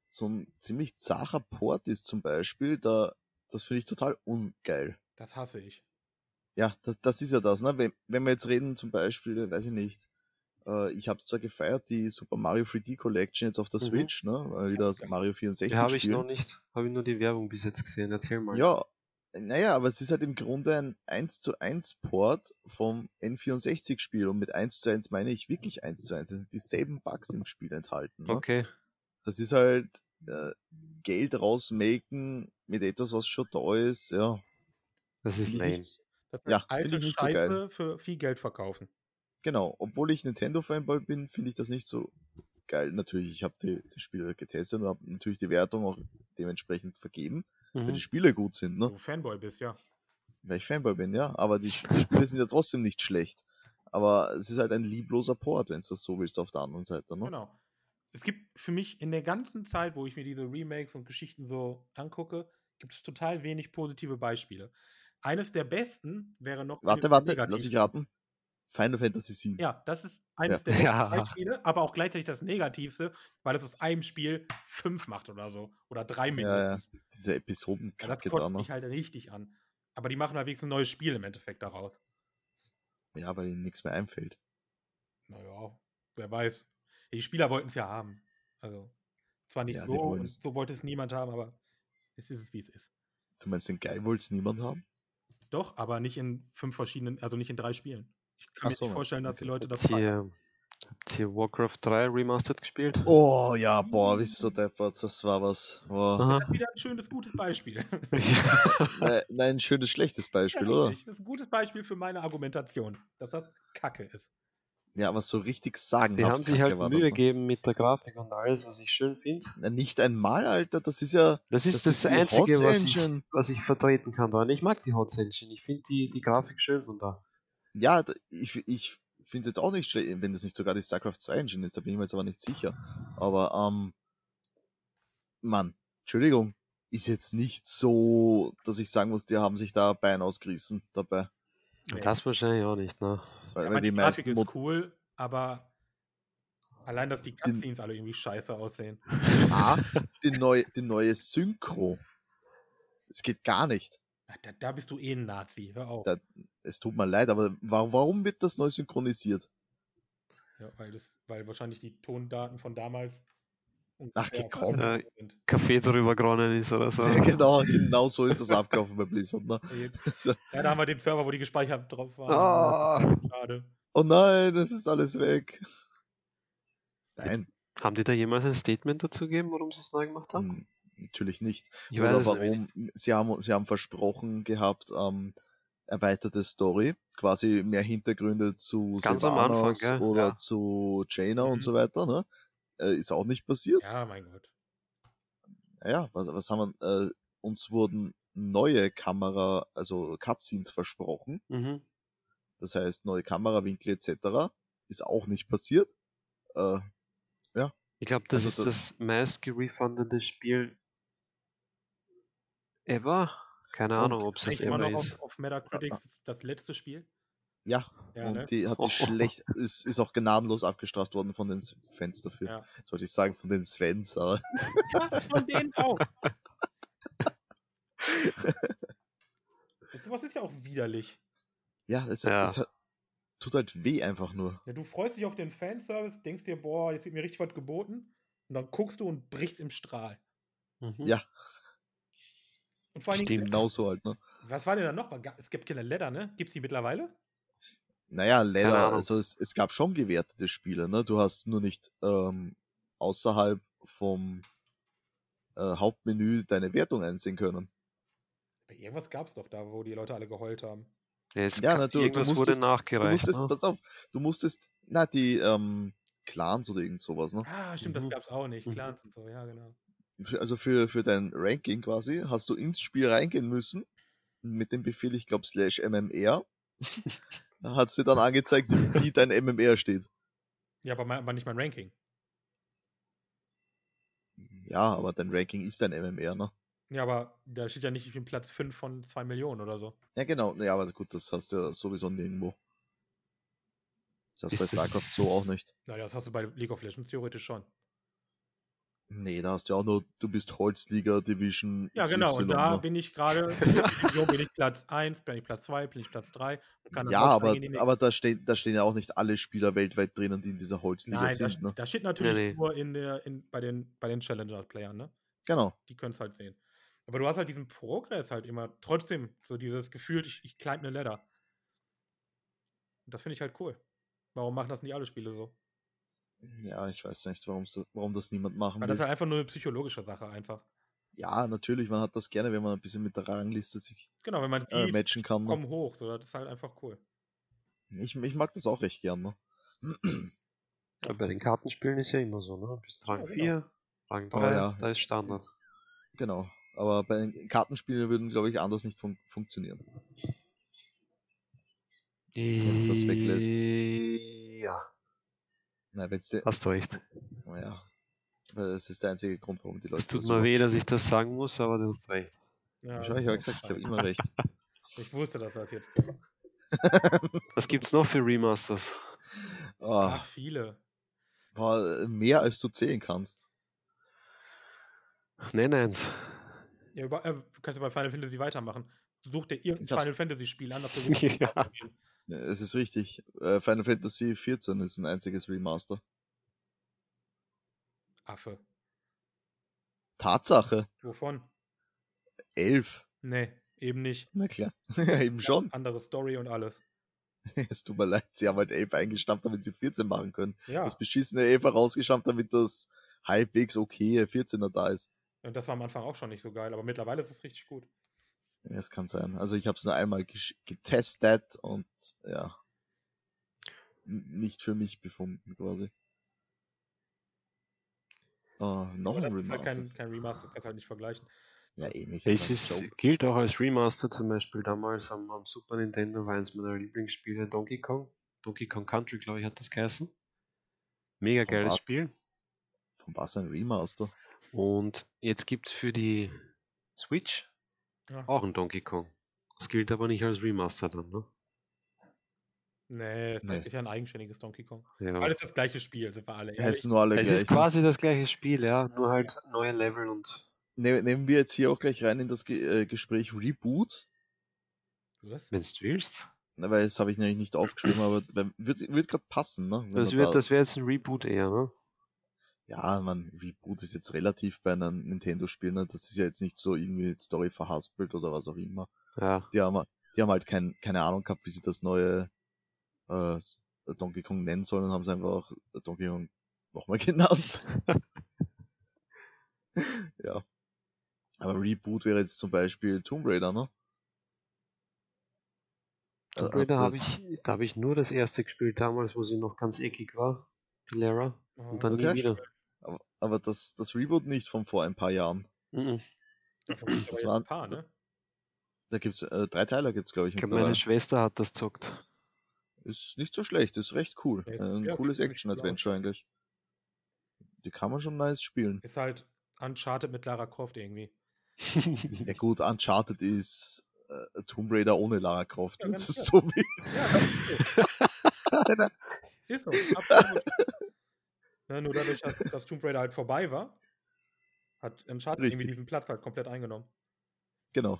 so ein ziemlich zacher Port ist zum Beispiel, da, das finde ich total ungeil.
Das hasse ich.
Ja, das, das ist ja das. Ne? Wenn, wenn wir jetzt reden zum Beispiel, weiß ich nicht, äh, ich habe zwar gefeiert, die Super Mario 3D Collection jetzt auf der
Mhm.
Switch, ne? weil wieder das
geil.
Mario
Die
64
habe ich
spielen.
noch nicht, habe ich nur die Werbung bis jetzt gesehen, erzähl mal.
Ja, naja, aber es ist halt im Grunde ein 1 zu 1 Port vom N64 Spiel und mit 1 zu 1 meine ich wirklich 1 zu 1. Es sind dieselben Bugs im Spiel enthalten. Ne?
Okay,
Das ist halt äh, Geld rausmaken mit etwas, was schon da ist, ja.
das ist
Finde ich
lame.
nicht-
Das ist
Ja, find
alte
ich nicht so geil.
Scheiße für viel Geld verkaufen.
Genau, obwohl ich Nintendo-Fanboy bin, finde ich das nicht so geil. Natürlich, ich habe die, die Spiele getestet und habe natürlich die Wertung auch dementsprechend vergeben, weil
Mhm.
die Spiele gut sind, ne?
Du Fanboy bist, ja.
weil ich Fanboy bin, ja. Aber die, die Spiele sind ja trotzdem nicht schlecht. Aber es ist halt ein liebloser Port, wenn es das so willst, auf der anderen Seite. Ne?
Genau. Es gibt für mich in der ganzen Zeit, wo ich mir diese Remakes und Geschichten so angucke, gibt es total wenig positive Beispiele. Eines der besten wäre noch.
Warte, warte, lass mich raten. Final Fantasy 7.
Ja, das ist eines
*laughs* Ja.
der besten
Ja.
Beispiele, aber auch gleichzeitig das Negativste, weil es aus einem Spiel fünf macht oder so. Oder drei
Ja,
Minuten.
ja.
Ja,
Diese
das
Episodenkacke da,
kotzt
ne?
mich halt richtig an. Aber die machen halt wenigstens ein neues Spiel im Endeffekt daraus.
Ja, weil ihnen nichts mehr einfällt.
Naja, wer weiß. Die Spieler wollten es ja haben. Also, zwar nicht
Ja, die
so,
wollen
und
es.
so wollte es niemand haben, aber es ist es, wie es ist.
Du meinst, den Geil wollte niemand haben?
Doch, aber nicht in fünf verschiedenen, also nicht in drei Spielen. Ich kann
Ach so,
mir
meinst
nicht
du,
vorstellen, dass die
okay.
Leute das
Habt
feiern.
ihr, habt ihr Warcraft 3 Remastered gespielt?
Oh ja, boah, wisst ihr, Deppert, das war was.
*laughs*
Boah. *laughs*
Aha.
Das ist wieder ein schönes, gutes Beispiel.
Nein, nein, ein schönes, schlechtes Beispiel,
Ja,
oder?
richtig. Das ist ein gutes Beispiel für meine Argumentation, dass das Kacke ist.
Ja, aber so richtig sagen
Die haben sich halt Mühe
das, ne?
gegeben mit der Grafik und alles, was ich schön finde.
Na, Nicht einmal, Alter, das ist ja.
Das ist das,
die
Einzige,
Hotz
was ich,
Engine.
was ich vertreten kann daran. Ich mag die Hot Engine. Ich finde die, die Grafik schön von da.
Ja, d- ich, ich finde es jetzt auch nicht schlecht, wenn das nicht sogar die StarCraft 2 Engine ist, da bin ich mir jetzt aber nicht sicher. Aber, ähm, Mann, Entschuldigung, ist jetzt nicht so, dass ich sagen muss, die haben sich da Bein ausgerissen dabei.
Nee.
Das wahrscheinlich auch nicht, ne?
Weil,
Ich
weil
meine,
die
Grafik
meisten Mod
ist cool, aber allein, dass die
Den-
Cutscenes alle irgendwie scheiße aussehen. *laughs*
A, die neue, die neue Synchro. Es geht gar nicht.
Na, Da, da bist du eh ein Nazi, hör auf.
Da- Es tut mir leid, aber wa warum wird das neu
*laughs*
synchronisiert? *laughs*
Ja, weil, das, weil wahrscheinlich die Tondaten von damals
Ach,
ungefähr
gekommen.
veraltet sind.
Kaffee drüber geronnen ist oder *laughs* so.
Ja, genau, genau so ist das abgelaufen bei Blizzard.
*laughs*
Ne? So,
Äh, Ja, da haben wir den Server, wo die gespeichert drauf waren.
Ah,
Schade.
oh nein, es ist alles weg. Nein,
Haben die da jemals ein Statement dazu gegeben, warum sie es neu gemacht haben?
Hm, natürlich nicht.
Ich weiß
Oder
es nämlich
warum? Sie haben, sie haben versprochen gehabt, ähm, erweiterte Story, quasi mehr Hintergründe zu
Ganz am
Sylvanas
Anfang, gell?
oder
Ja.
zu Jaina
Mhm.
und so weiter, ne? Äh, ist auch nicht passiert.
Ja, mein Gott.
Naja, was, was haben wir, äh, uns wurden neue Kamera, also Cutscenes versprochen,
Mhm.
das heißt neue Kamerawinkel etc. Ist auch nicht passiert. Äh,
Ich glaube, das
Also
ist das meist gerefundete Spiel ever. Keine
Und
Ahnung, ob es das
Ist immer
ever
noch
ist.
auf, auf Metacritics das letzte Spiel.
ja,
Ja,
und
ne?
die hat
*laughs*
Oh.
sich schlecht, ist, ist auch gnadenlos abgestraft worden von den S- Fans dafür.
Ja.
Jetzt Sollte ich sagen, von den Svens, aber *laughs*
Ja, von denen auch. Das, sowas ist ja auch widerlich.
ja, es,
Ja.
es hat, tut halt weh einfach nur.
Ja, du freust dich auf den Fanservice, denkst dir, boah, jetzt wird mir richtig was geboten. Und dann guckst du und brichst im Strahl.
Mhm.
Ja.
Und vor allen Dingen,
Stimmt.
Genauso halt, ne?
was war denn da noch? War ga- Es gibt keine Leather, ne? Gibt's die mittlerweile?
Naja,
Keine
leider,
Ahnung.
also es, es gab schon gewertete Spiele, ne? Du hast nur nicht ähm, außerhalb vom äh, Hauptmenü deine Wertung einsehen können.
Bei irgendwas gab's doch da, wo die Leute alle geheult haben.
Ja, es
Ja,
gab-
na, du- du
irgendwas
musstest- Du
wurde nachgereicht.
musstest,
ne?
pass auf, du musstest, na, die ähm, Clans oder irgend sowas, ne?
Ah, stimmt,
Mhm.
das gab's auch nicht.
Mhm.
Clans und so, ja, genau.
Für- Also für, für dein Ranking quasi hast du ins Spiel reingehen müssen mit dem Befehl, ich glaube, slash
*laughs*
MMR. Da hat's dir dann angezeigt, wie dein MMR steht.
Ja, aber, mein, aber nicht mein Ranking.
Ja, aber dein Ranking ist dein MMR, ne?
Ja, aber da steht ja nicht, ich bin Platz 5 von 2 Millionen oder so.
Ja, genau. Ja, aber gut, das hast du ja sowieso nirgendwo. Das hast du bei
Ist das-
StarCraft so auch nicht.
Na, das hast du bei League of Legends theoretisch schon.
Nee, da hast du ja auch nur, du bist Holzliga Division.
Ja, genau. Und da
ne?
bin ich gerade,
*laughs*
so bin ich Platz 1, bin ich Platz 2, bin ich Platz 3. Und dann
Ja, aber,
aussteigen in die nächste.
aber da, stehen, da stehen ja auch nicht alle Spieler weltweit drinnen, die in dieser Holzliga
Nein, da,
sind. Ne?
da steht natürlich
Nee, nee.
nur in der, in, bei den, bei den Challenger-Playern, ne?
Genau.
Die können es halt sehen. Aber du hast halt diesen Progress halt immer. Trotzdem, so dieses Gefühl, ich, ich climb eine Ladder. Und Das finde ich halt cool. Warum machen das nicht alle Spiele so?
Ja, ich weiß nicht, warum's- warum das niemand machen
Weil das ist
will.
halt einfach nur eine psychologische Sache einfach.
Ja, natürlich, man hat das gerne, wenn man ein bisschen mit der Rangliste sich
Genau, wenn man
äh,
sieht,
matchen kann. Ne?
kommen hoch. So, das ist halt einfach cool.
Ich, ich mag das auch recht gern. Ne? *clears throat*
Ja, Bei den Kartenspielen ist ja immer so, ne? Bis
Ja,
Rang
genau.
4, Rang 3,
Oh, ja.
da ist Standard.
Genau. Aber bei den Kartenspielen würden, glaube ich, anders nicht fun funktionieren.
Wenn's
das weglässt.
Äh, Ja,
Nein, wenn's dir-
hast recht.
Ja. Weil das ist der einzige Grund, warum die Leute.
Es tut
das
mir
überhaupt
weh,
spielen.
dass ich das sagen muss, aber du hast recht.
Ja,
Schau, ich habe gesagt, ich habe immer
*laughs*
recht.
Ich wusste, dass das jetzt kommt.
Was gibt's noch für Remasters?
Ah,
Ach, viele.
boah, mehr als du zählen kannst.
Nenn eins.
Ja, über, äh, kannst du bei Final Fantasy weitermachen. Such dir
Ich
irgendein
hab's.
Final Fantasy Spiel an,
*laughs*
das du
ja.
Ja, Es ist richtig. Äh, Final Fantasy 14 ist ein einziges Remaster.
Affe.
Tatsache.
Wovon?
11.
Nee,
*laughs*
eben nicht.
Na klar. Eben schon.
Andere Story und alles.
*laughs* Es tut mir leid, sie haben halt 11 eingestampft, damit sie 14 machen können.
Ja,
Das beschissene 11 rausgeschampft, damit das halbwegs okay 14er da ist.
und das war am Anfang auch schon nicht so geil, aber mittlerweile ist es richtig gut.
Ja, es kann sein. Also ich habe es nur einmal gesch- getestet und ja. N- Nicht für mich befunden quasi. Oh, noch
Aber
ein
das ist
Remaster.
halt kein, kein Remaster, das kannst du halt nicht vergleichen.
Ja, eh nicht.
Es
Das ist
ist, gilt auch als Remaster, zum Beispiel damals am, am Super Nintendo war eins meiner Lieblingsspiele Donkey Kong. Donkey Kong Country, glaube ich, hat das geheißen. Mega
Von
geiles
was?
Spiel.
Von was ein Remaster?
Und jetzt gibt's für die Switch
Ja.
Oh.
auch ein Donkey Kong. Das gilt aber nicht als Remaster dann, ne?
Nee, es
Nee.
ist ja ein eigenständiges Donkey Kong.
Ja.
Alles das gleiche Spiel, sind wir alle.
Ja, es
Ehrlich.
sind nur alle
Es
gleich.
ist quasi das gleiche Spiel, ja, nur halt neue Level und
Ne nehmen wir jetzt hier auch gleich rein in das Ge äh, Gespräch Reboot.
Was?
wenn du willst.
Na, Ne, weil das habe ich nämlich nicht aufgeschrieben, aber wenn- wird, wird gerade passen, ne? Wenn
Das,
man
wird,
da-
das wäre jetzt ein Reboot eher, ne?
Ja, man, Reboot ist jetzt relativ bei einem Nintendo-Spiel, ne? Das ist ja jetzt nicht so irgendwie Story verhaspelt oder was auch immer.
Ja.
Die haben, die haben halt kein, keine Ahnung gehabt, wie sie das neue äh, s- Donkey Kong nennen sollen und haben es einfach Donkey Kong nochmal *laughs* genannt.
*laughs*
ja. Aber Reboot wäre jetzt zum Beispiel Tomb Raider, ne?
Tomb
Also,
Raider habe
das-
ich, da habe ich nur das erste gespielt damals, wo sie noch ganz eckig war, die Lara.
Oh.
Und dann
Okay.
nie wieder.
Aber, aber das, das Reboot nicht von vor ein paar Jahren.
Mhm.
Das
Das
waren-
waren ein paar, ne?
Da gibt's äh, drei Teile gibt's glaube ich
Ich glaube, meine
mittlerweile.
Schwester hat das gezockt.
Ist nicht so schlecht, ist recht cool. Äh,
Ja,
Ein
ja,
cooles
klingt
Action-Adventure eigentlich. Die kann man schon nice spielen.
Ist halt Uncharted mit Lara Croft irgendwie.
*laughs* Ja gut, Uncharted ist äh, Tomb Raider ohne Lara Croft, *laughs*
Ja,
wenn du
ganz
es so willst.
Ja,
*laughs*
ist so. Ist so, absolut. ne, nur dadurch, dass, dass Tomb Raider halt vorbei war, hat Uncharted
Richtig.
irgendwie diesen Platz halt komplett eingenommen.
Genau.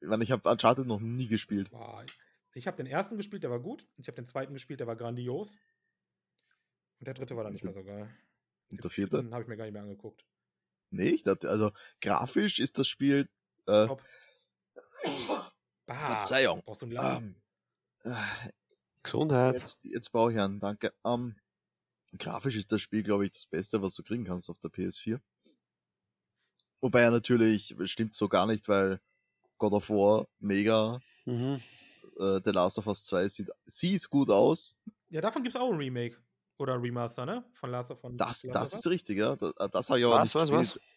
Ich meine, ich habe Uncharted noch nie gespielt.
Boah, ich habe den ersten gespielt, der war gut. Ich habe den zweiten gespielt, der war grandios. Und der dritte war dann nicht mehr so geil.
Und der vierte?
Den habe ich mir gar nicht mehr angeguckt.
Nee, ich dachte, also grafisch ist das Spiel. Äh, *coughs*
Top. Bah,
Verzeihung.
Brauchst du einen Laden?
Ähm, äh,
*laughs* Gesundheit.
Jetzt, jetzt baue ich an, danke. Ähm, grafisch ist das Spiel, glaube ich, das Beste, was du kriegen kannst auf der PS4. Wobei ja natürlich, es stimmt so gar nicht, weil God of War, Mega,
Mhm.
äh, The Last of Us 2 sieht, sieht gut aus.
Ja, davon gibt es auch ein Remake. Oder Remaster, ne? Von Last of von
Das,
Last
das
of
ist
Us.
richtig, ja. Das, äh, das habe ich aber
Was,
nicht
was, was?
gespielt.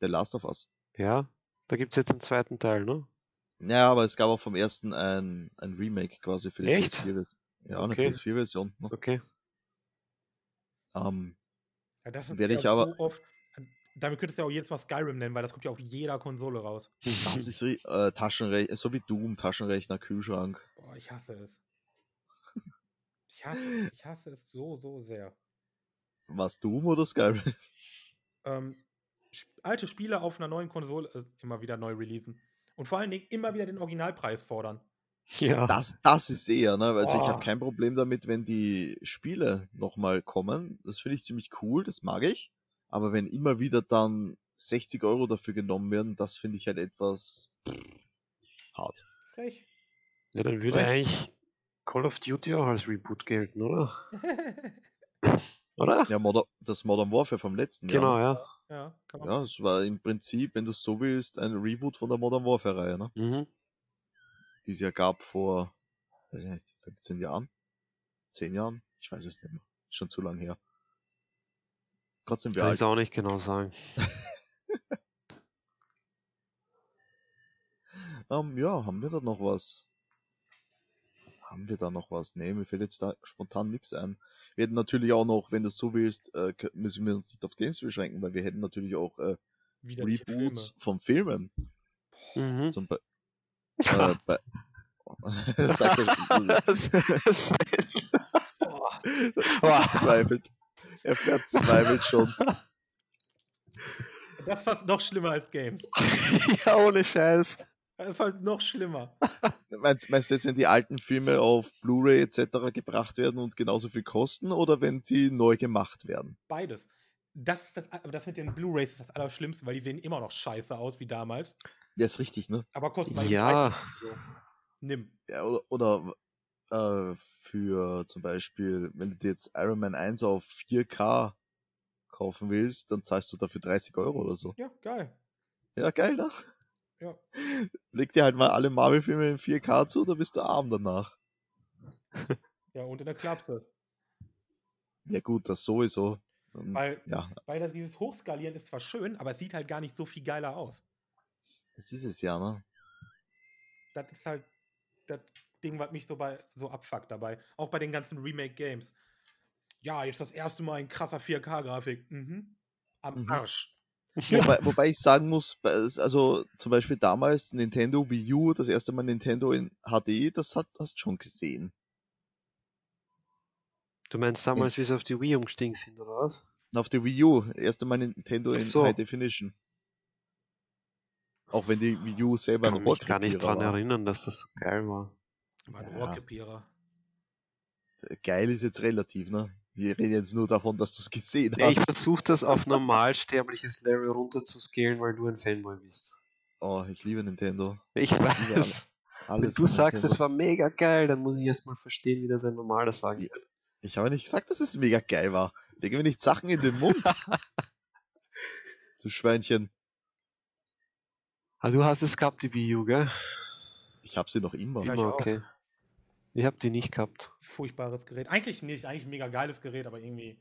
The Last of Us.
Ja, da gibt es jetzt den zweiten Teil, ne?
Naja, aber es gab auch vom ersten ein, ein Remake quasi für die
Echt?
PS4. Ja, eine
Okay.
PS4-Version. Ne?
Okay.
Ähm,
ja, das ist
werde
ja
ich aber-
So oft, äh, damit könntest du ja auch jedes Mal Skyrim nennen, weil das kommt ja auf jeder Konsole raus.
*laughs*
das ist ri- äh, Taschenrechner, so wie Doom, Taschenrechner, Kühlschrank.
Boah, ich hasse es. Ich hasse, ich hasse es so, so sehr.
Was Doom oder Skyrim?
Ähm, sp- alte Spiele auf einer neuen Konsole äh, immer wieder neu releasen. Und vor allen Dingen immer wieder den Originalpreis fordern.
ja.
Das, das ist eher, ne? Also ich
Boah.
habe kein Problem damit, wenn die Spiele nochmal kommen. Das finde ich ziemlich cool, das mag ich. Aber wenn immer wieder dann 60 Euro dafür genommen werden, das finde ich halt etwas hart.
Frech. *laughs*
ja, dann würde
Frech.
eigentlich Call of Duty auch als Reboot gelten, oder? Oder?
Ja, Moder das Modern Warfare vom letzten
Genau,
Jahr.
ja.
ja, kann man.
Ja, es war im Prinzip, wenn du es so willst, ein Reboot von der Modern Warfare-Reihe, ne?
Mhm.
Die es ja gab vor, weiß ich nicht, 15 Jahren? 10 Jahren? Ich weiß es nicht mehr. Schon zu lang her. Gott sind wir
Kann
alt.
ich da auch nicht genau sagen.
Ähm, ja, haben wir da noch was? Haben wir da noch was? Nee, mir fällt jetzt da spontan nichts ein. Wir hätten natürlich auch noch, wenn du es so willst, äh, kö- müssen wir uns nicht auf Games beschränken, weil wir hätten natürlich auch äh,
Wieder die Hm.
Reboots von Filmen.
Mhm. *laughs*
Zum Be äh,
*laughs*
*laughs* bei Sagt
Hm. *laughs*
er
Sven.
verzweifelt. Er verzweifelt schon.
Filme. Das ist fast noch schlimmer als Games.
*laughs* ja, ohne Scheiß.
Das ist fast noch schlimmer.
Meinst, meinst du jetzt, wenn die alten Filme auf Blu-ray etc. gebracht werden und genauso viel kosten oder wenn sie neu gemacht werden?
Beides. Das, ist das, aber das mit den Blu-Rays ist das Allerschlimmste, weil die sehen immer noch scheiße aus wie damals.
Ja, ist richtig, ne?
Aber kosten bei
Ja.
30 Euro. Nimm.
Ja, oder, oder äh, für zum Beispiel, wenn du dir jetzt Iron Man 1 auf 4K kaufen willst, dann zahlst du dafür 30 Euro oder so.
Ja, geil.
Ja, geil, ne?
Ja.
*laughs* Leg dir halt mal alle Marvel-Filme in 4K zu, da bist du arm danach.
Ja, und in der Klapse.
Ja gut, das sowieso. Ähm,
Weil,
Ja,
weil das, dieses Hochskalieren ist zwar schön, aber es sieht halt gar nicht so viel geiler aus.
das ist es ja,
*laughs*
ne?
Das ist halt das Ding, was mich so, bei, so abfuckt dabei. Auch bei den ganzen Remake-Games. Ja, jetzt das erste Mal in krasser 4K-Grafik. Mhm. Am
Mhm.
Arsch.
Wobei, wobei ich sagen muss, bei- es- also zum Beispiel damals Nintendo Wii U, das erste Mal Nintendo in HD, das hat, hast schon gesehen.
Du meinst damals, wie sie auf die Wii umgestiegen sind, oder was?
Und auf der Wii U, erste Mal Nintendo in
Ach so.
High Definition. Auch wenn die Wii U selber ein
kann mich gar nicht
Rohrkrepierer
dran
war.
erinnern, dass das so geil war.
War ein
Ja.
Rohrkrepierer.
Geil ist jetzt relativ, ne? Die reden jetzt nur davon, dass du es gesehen
Ja, ich
hast.
versuche das auf normalsterbliches Level runterzuscalen, weil du ein Fanboy bist.
Oh, ich liebe Nintendo.
Ich
liebe
weiß. Wenn
Alles
du
von
sagst,
Nintendo.
es war mega geil, dann muss ich erstmal verstehen, wie das ein normaler sagen
Ja.
kann.
Ich habe nicht gesagt, dass es mega geil war. Leg mir nicht Sachen in den Mund.
*laughs*
du Schweinchen.
Ah, du hast es gehabt, die BU, gell?
Ich hab sie noch immer.
Ja, ich
Immer,
auch.
okay. Ich hab die nicht gehabt.
Furchtbares Gerät. Eigentlich nicht, eigentlich ein mega geiles Gerät, aber irgendwie.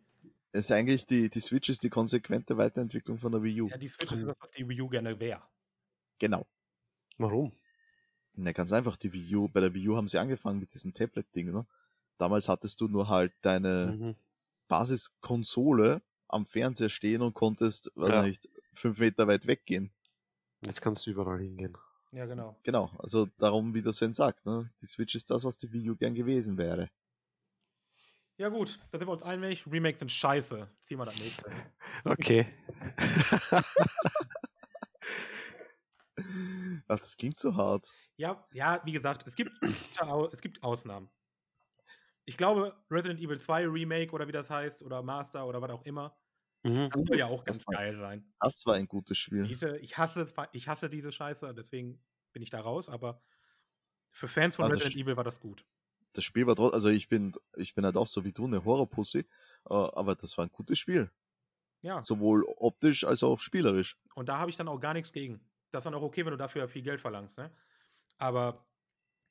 Es ist eigentlich die, die Switch ist die konsequente Weiterentwicklung von der Wii U.
Ja, die Switch
Also
ist das, was die Wii U gerne wäre.
Genau.
Warum?
Na, ganz einfach, die Wii U, bei der Wii U haben sie angefangen mit diesem Tablet-Ding, ne? Damals hattest du nur halt deine
Mhm.
Basiskonsole am Fernseher stehen und konntest, weiß
Ja.
nicht, fünf Meter weit weggehen.
Jetzt kannst du überall hingehen.
Ja, genau.
Genau, also darum, wie das Sven sagt, ne? Die Switch ist das, was die Wii U gern gewesen wäre.
Ja, gut, da sind wir uns einig. Remakes sind scheiße. Ziehen wir das nächste.
Okay.
Ach, das klingt so hart.
Ja, ja, wie gesagt, es *clears throat* gibt, es gibt Ausnahmen. Ich glaube, Resident Evil 2 Remake oder wie das heißt, oder Master oder was auch immer,
Mhm.
das soll ja auch ganz
Das war-
geil sein.
Das war ein gutes Spiel.
Diese, ich, hasse, ich hasse diese Scheiße, deswegen bin ich da raus, aber für Fans von
Also
Resident
sch-
Evil war das gut.
Das Spiel war trotzdem, also ich bin, ich bin halt auch so wie du eine Horrorpussy, äh, aber das war ein gutes Spiel.
Ja,
Sowohl optisch als auch spielerisch.
und da habe ich dann auch gar nichts gegen. Das ist dann auch okay, wenn du dafür viel Geld verlangst, ne? Aber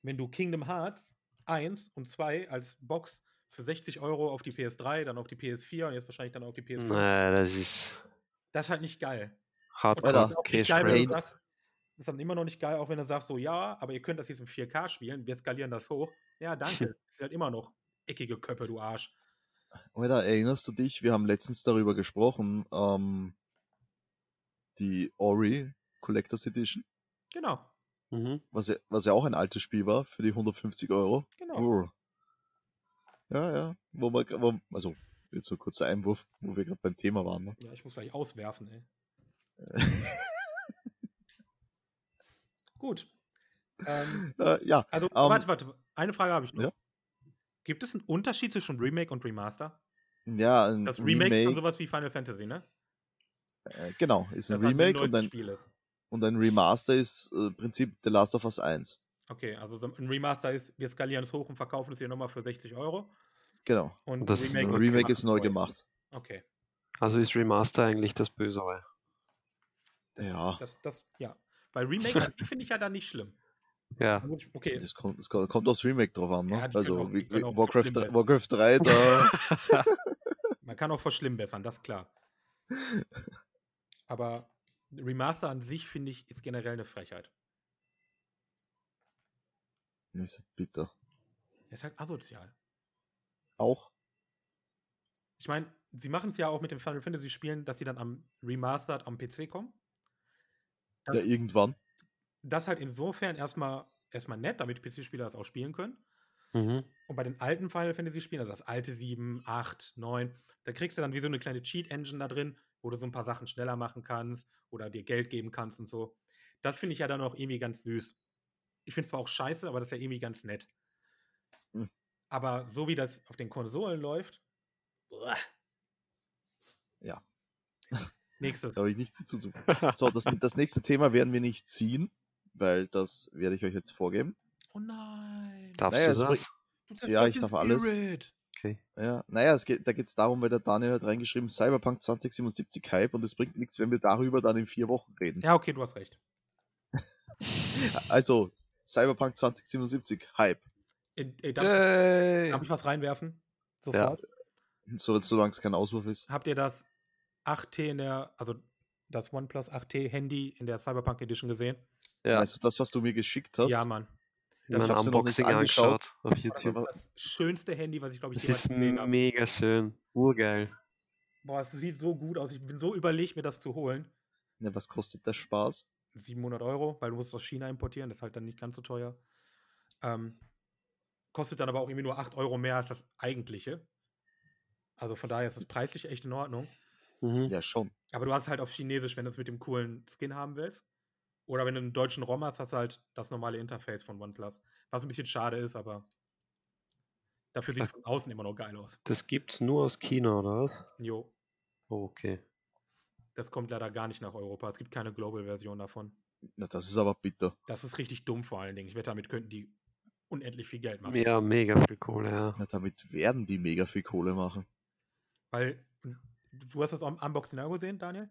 wenn du Kingdom Hearts 1 und 2 als Box für 60 Euro auf die PS3, dann auf die PS4 und jetzt wahrscheinlich dann auf die PS5,
Nein, das ist
das ist halt nicht geil.
Alter,
Hardcore
ist auch nicht
Cash
geil, wenn
Grab.
du sagst, ist dann immer noch nicht geil, auch wenn du sagst, so ja, aber ihr könnt das jetzt in 4K spielen, wir skalieren das hoch. Ja,
*laughs*
danke. Es sind halt immer noch eckige Köppe, du Arsch.
Alter, erinnerst du dich? Wir haben letztens darüber gesprochen, ähm, die Ori Collectors Edition,
Genau,
Mhm.
was ja, was ja auch ein altes Spiel war für die 150 Euro.
genau.
Uhr. Ja, ja. Wo wir, gra- wo, also, jetzt so ein kurzer Einwurf, wo wir gerade beim Thema waren. Ne?
Ja, ich muss gleich auswerfen,
*laughs*
ey. Gut. Ähm,
Äh, ja,
also,
*laughs* Ähm,
warte, warte. Eine Frage habe ich noch.
ja.
Gibt es einen Unterschied zwischen Remake und Remaster?
ja, ein
Das Remake,
Remake.
ist dann sowas wie Final Fantasy, ne?
äh, genau, ist ein
Dass halt
Remake
neues
und ein,
Spiel ist.
und ein Remaster ist äh, im Prinzip The Last of Us 1.
Okay, also so ein Remaster ist, wir skalieren es hoch und verkaufen es hier nochmal für 60 Euro.
Genau.
Und
Das ist
Ein
Okay.
Remake ist neu
neu.
gemacht.
Okay,
Also ist Remaster eigentlich das Bösere.
Ja,
das, das, ja. Bei Remake die finde ich ja dann nicht schlimm.
Ja.
Da muss ich- Okay,
das kommt, das kommt kommt aufs Remake drauf an. Ne?
Ja, die
also,
können auch- die
wie, wie,
können auch
Warcraft,
verschlimmern.
Warcraft 3, da.
*laughs* man kann auch verschlimmbessern, das
*laughs*
ist klar. Aber Remaster an sich, finde ich, ist generell eine Frechheit.
das ist bitter.
Das ist halt asozial.
Auch.
Ich meine, sie machen es ja auch mit den Final Fantasy Spielen, dass sie dann am Remastered am PC kommen. Das,
Ja, irgendwann.
das halt insofern erstmal, erstmal nett, damit PC-Spieler das auch spielen können.
Mhm.
Und bei den alten Final Fantasy Spielen, also das alte 7, 8, 9, da kriegst du dann wie so eine kleine Cheat-Engine da drin, wo du so ein paar Sachen schneller machen kannst oder dir Geld geben kannst und so. Das finde ich ja dann auch irgendwie ganz süß. Ich finde es zwar auch scheiße, aber das ist ja irgendwie ganz nett.
Hm.
Aber so wie das auf den Konsolen läuft. Uah.
Ja.
*laughs* Nächstes.
Da habe ich nichts hinzuzufügen. So, das, das nächste Thema werden wir nicht ziehen, weil das werde ich euch jetzt vorgeben.
Oh nein.
Darfst
Naja, es
du das?
Du
Ja, ich
zerstörst den
darf alles.
Spirit.
Okay.
Ja, naja, es geht, da geht's darum, weil der Daniel hat reingeschrieben, Cyberpunk 2077 Hype und es bringt nichts, wenn wir darüber dann in vier Wochen reden.
Ja, okay, du hast recht.
*laughs*
Also, Cyberpunk 2077 Hype.
Äh, äh, darf,
Yay.
darf ich was reinwerfen? Sofort.
So, solange es kein Auswurf ist.
habt ihr das 8T in der, also das OnePlus 8T Handy in der Cyberpunk Edition gesehen?
Ja,
Also das, was du mir geschickt hast.
Ja, Mann.
ich
mein
hab's mir noch
Unboxing
nicht
angeschaut auf
Das ist
Oh.
YouTube.
das schönste Handy, was ich glaube ich
Es ist
habe.
mega schön. Urgeil.
Boah, es sieht so gut aus. Ich bin so überlegt, mir das zu holen.
Ne, was kostet der Spaß?
700 Euro, weil du musst es aus China importieren. Das ist halt dann nicht ganz so teuer. Ähm, kostet dann aber auch irgendwie nur 8 Euro mehr als das eigentliche. Also von daher ist es preislich echt in Ordnung.
Mhm.
Ja, schon.
Aber du hast halt auf Chinesisch, wenn du es mit dem coolen Skin haben willst. Oder wenn du einen deutschen ROM hast, hast du halt das normale Interface von OnePlus. Was ein bisschen schade ist, aber dafür sieht es von außen immer noch geil aus.
Das gibt's nur aus China, oder was?
Jo,
Oh, okay.
das kommt leider gar nicht nach Europa. Es gibt keine Global-Version davon.
Na, das ist aber bitter.
Das ist richtig dumm vor allen Dingen. Ich wette, damit könnten die unendlich viel Geld machen.
Ja, mega viel Kohle, ja.
Na, damit werden die mega viel Kohle machen.
Weil Du hast das Un- Unboxing auch gesehen, Daniel?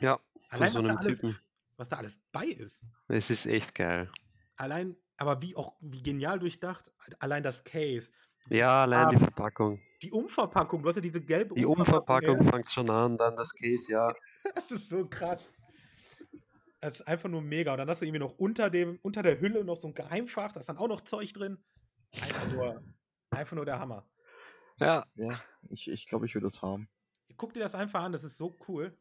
Ja, von
Allein,
so
was da
einem
alles-
Typen.
Was da alles bei ist.
Es ist echt geil.
Allein, aber wie auch, wie genial durchdacht, allein das Case,
Ja, allein die
Ah.
Verpackung.
die Umverpackung, du hast ja diese gelbe
Die Umverpackung fängt schon an, dann das Käse, ja.
ey. *laughs* Das ist so krass. Das ist einfach nur mega. Und dann hast du irgendwie noch unter, dem, unter der Hülle noch so ein Geheimfach, da ist dann auch noch Zeug drin. Einfach nur, einfach nur der Hammer.
Ja,
Ja, ich, ich glaube, ich würde das haben.
Guck dir das einfach an, das ist so cool.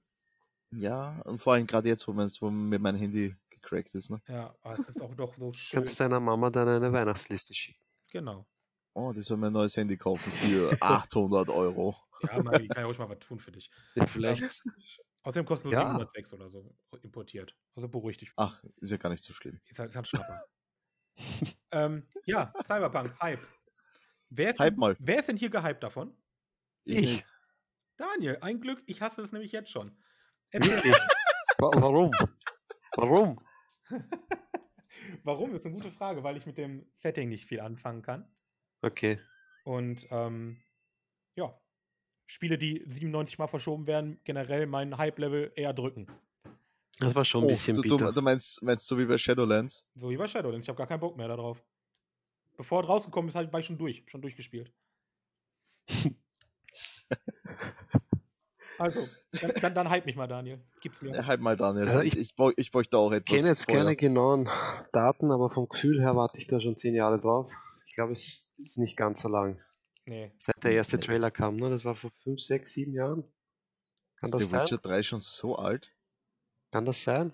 Ja, und vor allem gerade jetzt, wo, mein's- wo mir mein Handy gecrackt ist, ne?
Ja, aber es ist auch doch
*laughs*
so schön.
Hm.
kannst deiner Mama dann eine Weihnachtsliste schicken.
Genau.
Oh, die soll mir ein neues Handy kaufen
*laughs*
für 800 Euro.
Ja, Mari, kann ja ruhig mal was tun für dich.
Ja,
*laughs*
vielleicht.
Außerdem kosten nur
Ja. Ah.
706 oder so importiert. Also beruhig dich.
Ach, ist ja gar nicht so schlimm.
Ist halt, ist halt
*laughs*
Schnapper. ähm, ja, Cyberpunk, Hype. Wer ist,
Hype
denn,
mal.
wer ist denn hier gehypt davon?
Ich.
nicht.
Daniel, ein Glück, ich hasse es nämlich jetzt schon.
Wirklich? Wa- Warum? Warum?
Warum? Das ist eine gute Frage, weil ich mit dem Setting nicht viel anfangen kann.
Okay.
Und ähm, ja, Spiele, die 97 Mal verschoben werden, generell meinen Hype-Level eher drücken.
Das war schon ein
Oh,
bisschen
du, du,
bitter.
du meinst, meinst so wie bei Shadowlands?
So wie bei Shadowlands, ich habe gar keinen Bock mehr darauf. Bevor es rausgekommen ist, halt, war ich schon durch, schon durchgespielt.
*laughs*
also, dann, dann, dann hype mich mal, Daniel. Gib's mir.
Ja, halt mal, Daniel.
Also
ich,
ich-
ich, brauch, ich bräuchte auch
Ich kenne
etwas.
jetzt
vorher.
keine genauen Daten, aber vom Gefühl her warte ich da schon zehn Jahre drauf. Ich glaube, es ist nicht ganz so lang.
Nee,
Seit der erste
Nee.
Trailer kam, ne? Das war vor fünf, sechs, sieben Jahren. Kann
Ist
das
der
sein?
Witcher 3 schon so alt?
Kann das sein?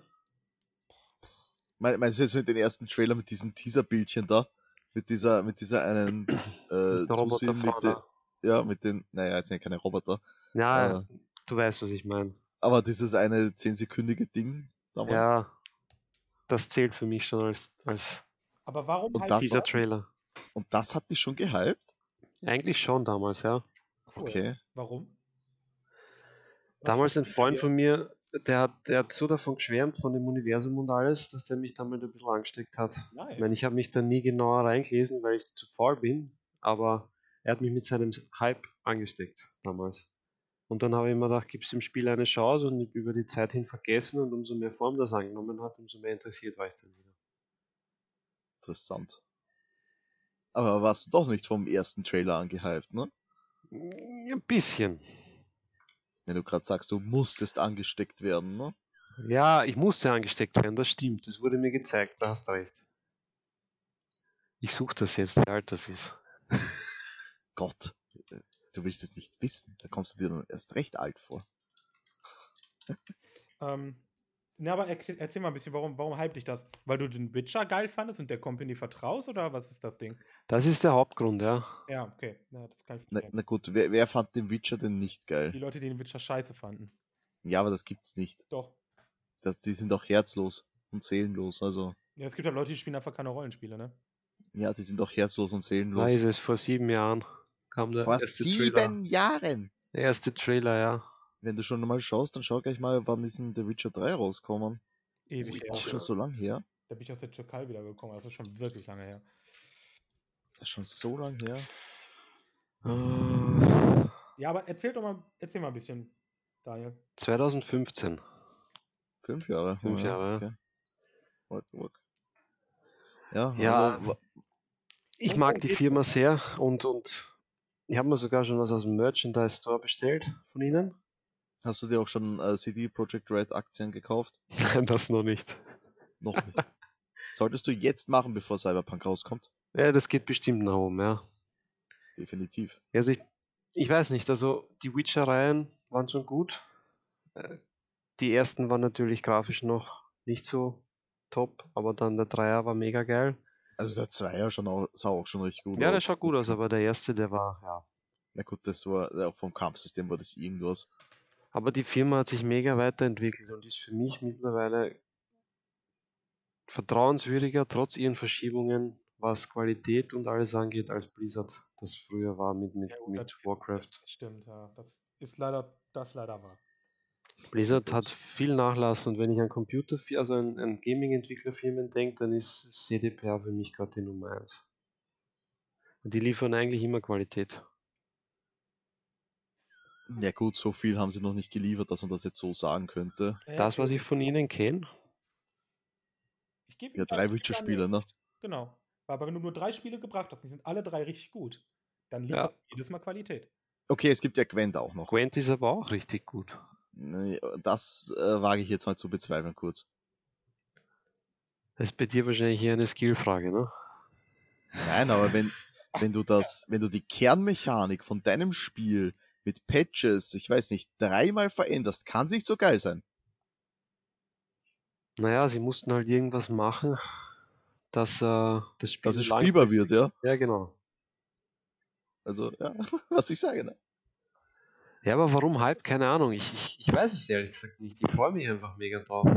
Mein- Meinst du jetzt mit dem ersten Trailer, mit diesem Teaser-Bildchen da? Mit dieser, mit dieser
*clears throat*
einen äh,
Mit der
Tussi,
Roboter
mit den,
vorne.
ja, mit den, naja, es sind ja keine Roboter,
Ja,
Ah.
du weißt, was ich meine.
aber dieses eine 10-sekündige Ding damals.
Ja, das zählt für mich schon als, als
aber warum
Und
halt hypst
das-
du
dieser
auf?
Trailer.
Und das hat dich schon gehypt?
Eigentlich schon damals, ja.
Cool.
Okay.
Warum? Was
Damals ein
macht
Freund
ihr?
von mir, der hat, der hat so davon geschwärmt, von dem Universum und alles, dass der mich damit ein bisschen angesteckt hat. Ich meine,
Nice.
ich habe mich da nie genauer reingelesen, weil ich zu faul bin, aber er hat mich mit seinem Hype angesteckt damals. Und dann habe ich mir gedacht, gibt es dem Spiel eine Chance und über die Zeit hin vergessen und umso mehr Form das angenommen hat, umso mehr interessiert war ich dann wieder.
Interessant. Aber warst du doch nicht vom ersten Trailer angehypt, ne?
Mm, Ein bisschen.
Wenn du gerade sagst, du musstest angesteckt werden, ne?
Ja, ich musste angesteckt werden, das stimmt. Das wurde mir gezeigt, da hast recht. Ich suche das jetzt, wie alt das ist.
Gott, äh, du willst es nicht wissen. Da kommst du dir dann erst recht alt vor.
Ähm, na, aber erkl- erzähl mal ein bisschen, warum, warum hype dich das? Weil du den Witcher geil fandest und der Company vertraust oder was ist das Ding?
Das ist der Hauptgrund, ja.
Ja, okay. Na, das kann ich
Ne,
Na,
verstehen.
na gut, wer, wer fand den Witcher denn nicht
Die
geil?
Leute, die den Witcher scheiße fanden.
Ja, aber das gibt's nicht.
Doch.
Das, die sind auch herzlos und seelenlos. Also,
Ja, es gibt ja Leute, die spielen einfach keine Rollenspiele, ne?
ja, die sind auch herzlos und
Da
seelenlos.
ist es, vor sieben Jahren kam der
Vor
erste Trailer.
sieben Jahren!
Der erste Trailer, ja.
Wenn du schon mal schaust, dann schau gleich mal, wann ist denn The Witcher 3 rauskommen. Das
Ewig
ist
her.
auch schon so lang her.
Da bin ich aus der Türkei wiedergekommen. Das ist schon wirklich lange her.
Das ist schon so lang her.
Äh,
Ja, aber erzähl doch mal, erzähl mal ein bisschen, Daniel.
2015.
Fünf Jahre.
Fünf
ja,
Jahre,
Okay. Work, work. Ja,
Ja.
aber wa-
Ich
Oh,
mag
oh,
die
geht
Firma sehr und, und ich habe mir sogar schon was aus dem Merchandise Store bestellt von ihnen. *laughs*
hast du dir auch schon äh, CD Projekt Red Aktien gekauft?
Nein, das noch nicht.
Noch
*laughs*
nicht. Solltest du jetzt machen, bevor Cyberpunk rauskommt?
Ja, das geht bestimmt nach oben, ja.
Definitiv.
Also ich, ich weiß nicht, also die Witcher-Reihen waren schon gut. Äh, Die ersten waren natürlich grafisch noch nicht so top, aber dann der Dreier war mega geil.
Also der Zweier schon auch, sah auch schon richtig gut aus.
Ja, der schaut gut aus, aber der erste, der war, ja.
Na gut, das war ja, vom Kampfsystem war das irgendwas.
Aber die Firma hat sich mega weiterentwickelt und ist für mich mittlerweile vertrauenswürdiger, trotz ihren Verschiebungen, was Qualität und alles angeht, als Blizzard das früher war mit, mit,
Ja, gut,
mit
das-
Warcraft.
Das stimmt, ja. Das ist leider, das leider wahr.
Blizzard hat viel Nachlass und wenn ich an Computer, also an, an Gaming-Entwicklerfirmen denke, dann ist CDPR für mich gerade die Nummer 1. Die liefern eigentlich immer Qualität.
Ja gut, so viel haben sie noch nicht geliefert, dass man das jetzt so sagen könnte.
Äh,
Das, was ich von ihnen kenne,
Ich geb
Ja,
ihm da-
drei
ich geb
Witcher
da
Spieler, ne?
recht. Genau. Aber wenn du nur drei Spiele gebracht hast, die sind alle drei richtig gut, dann
Ja.
liefert jedes Mal Qualität.
Okay, es gibt ja Gwent auch noch.
Gwent ist aber auch richtig gut.
Nee, Das äh, wage ich jetzt mal zu bezweifeln kurz.
Das ist bei dir wahrscheinlich eher eine Skillfrage, ne?
Nein, aber
*laughs*
wenn, wenn du das, wenn du die Kernmechanik von deinem Spiel mit Patches, ich weiß nicht, dreimal veränderst, kann es nicht so geil sein.
Naja, sie mussten halt irgendwas machen, dass äh, das Spiel
Dass es spielbar
langfristig-
wird, ja.
Ja, genau.
Also, ja, *laughs* was ich sage, ne?
Ja, aber warum Hype? Keine Ahnung. Ich, ich, ich weiß es ehrlich gesagt nicht. Ich freue mich einfach mega drauf.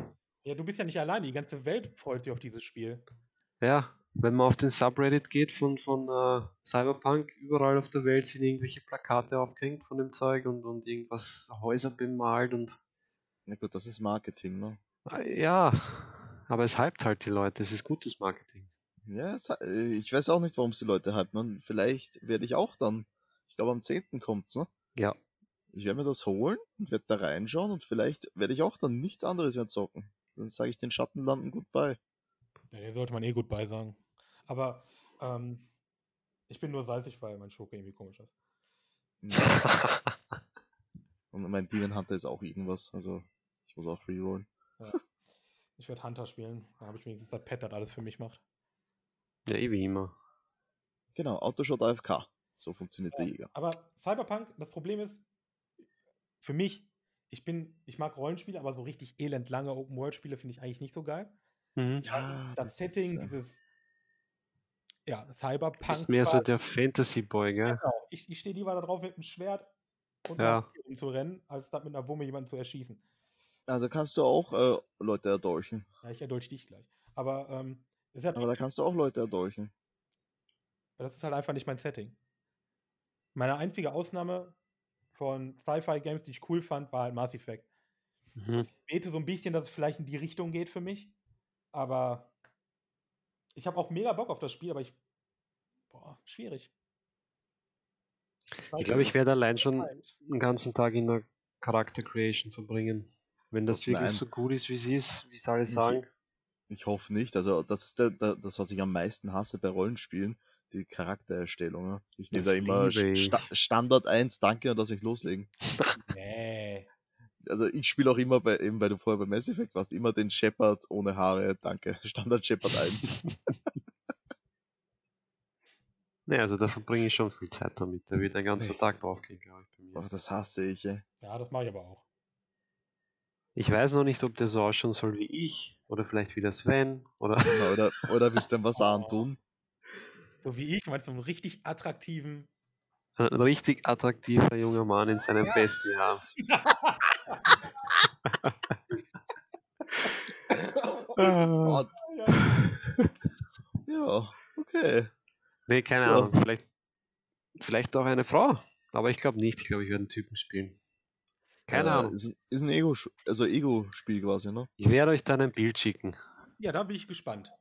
Ja, du bist ja nicht allein, die ganze Welt freut sich auf dieses Spiel.
Ja, wenn man auf den Subreddit geht von, von äh, Cyberpunk, überall auf der Welt sind irgendwelche Plakate aufgehängt von dem Zeug und, und irgendwas Häuser bemalt und
Na gut, das ist Marketing, ne?
Ah, ja, aber es hypt halt die Leute, es ist gutes Marketing. *laughs*
Ja, es, hat- äh, ich weiß auch nicht, warum es die Leute hypen. Man, vielleicht werde ich auch dann, ich glaube am 10. kommt's, ne?
Ja.
Ich werde mir das holen und werde da reinschauen und vielleicht werde ich auch dann nichts anderes mehr zocken. Dann sage ich den Schattenlanden
*laughs*
goodbye.
Ja, der sollte man eh gut beisagen. Aber ähm, ich bin nur salzig, weil mein Schoko irgendwie komisch ist.
Ja. Und mein Demon Hunter ist auch irgendwas, also ich muss auch rerollen.
Ich werde Hunter spielen, da habe ich wenigstens das Pet, das alles für mich macht.
ja, eh wie immer.
Genau, Autoshot AFK. So funktioniert der Jäger.
Aber Cyberpunk, das Problem ist, für mich, ich bin, ich mag Rollenspiele, aber so richtig elend lange Open-World-Spiele finde ich eigentlich nicht so geil.
Mhm.
Ja,
das,
das ist,
Setting,
äh,
dieses ja,
Du
Cyberpunk.
bist mehr so
quasi.
der Fantasy-Boy, gell?
Genau. Ich, ich stehe lieber darauf, mit einem Schwert und
Ja.
zu rennen, als da mit einer Wumme jemanden zu erschießen.
Also kannst du auch äh, Leute erdolchen.
Ja, ich erdolch dich gleich. Aber ähm, es hat,
Aber da kannst du auch Leute erdolchen.
das ist halt einfach nicht mein Setting. Meine einzige Ausnahme von Sci-Fi-Games, die ich cool fand, war halt Mass Effect.
Mhm.
bete so ein bisschen, dass es vielleicht in die Richtung geht für mich. Aber ich habe auch mega Bock auf das Spiel, aber ich. Boah, schwierig.
Ich
genau.
glaube, ich werde allein schon
Nein,
einen ganzen Tag in der Charakter-Creation verbringen. Wenn das
Nein.
wirklich so gut ist, wie es ist, wie es alle
Ich-
sagen.
Ich hoffe nicht. Also das ist der, der, das, was ich am meisten hasse bei Rollenspielen. Die Charaktererstellung. Ne? Ich nehme da
Das
immer
liebe ich.
Sta Standard 1, danke und lass mich loslegen.
Nee.
Also ich spiele auch immer, bei, eben weil du vorher bei Mass Effect warst, immer den Shepard ohne Haare, danke. *laughs* Standard Shepard 1.
*laughs* Ne, also da verbringe ich schon viel Zeit damit. Da wird ein ganzer
Nee.
Tag draufgehen, glaube ich, bei mir.
Boah, das hasse ich, ey.
Ja, das mache ich aber auch.
Ich weiß noch nicht, ob der so ausschauen soll wie ich oder vielleicht wie der Sven oder *laughs*
Na, Oder, oder willst du dem
Oh.
was antun?
So wie ich, meinst du einen richtig
*laughs*
attraktiven.
ein richtig attraktiver junger Mann in seinem besten Jahr.
Oh,
Ja,
ja, okay.
nee, keine
So.
Ahnung. Vielleicht, vielleicht auch eine Frau. Aber ich glaube nicht. Ich glaube, ich werde einen Typen spielen. Keine
Äh,
Ahnung.
Ist, ist ein Ego, also Ego-Spiel quasi, ne?
Ich werde euch dann ein Bild schicken.
ja da bin ich gespannt.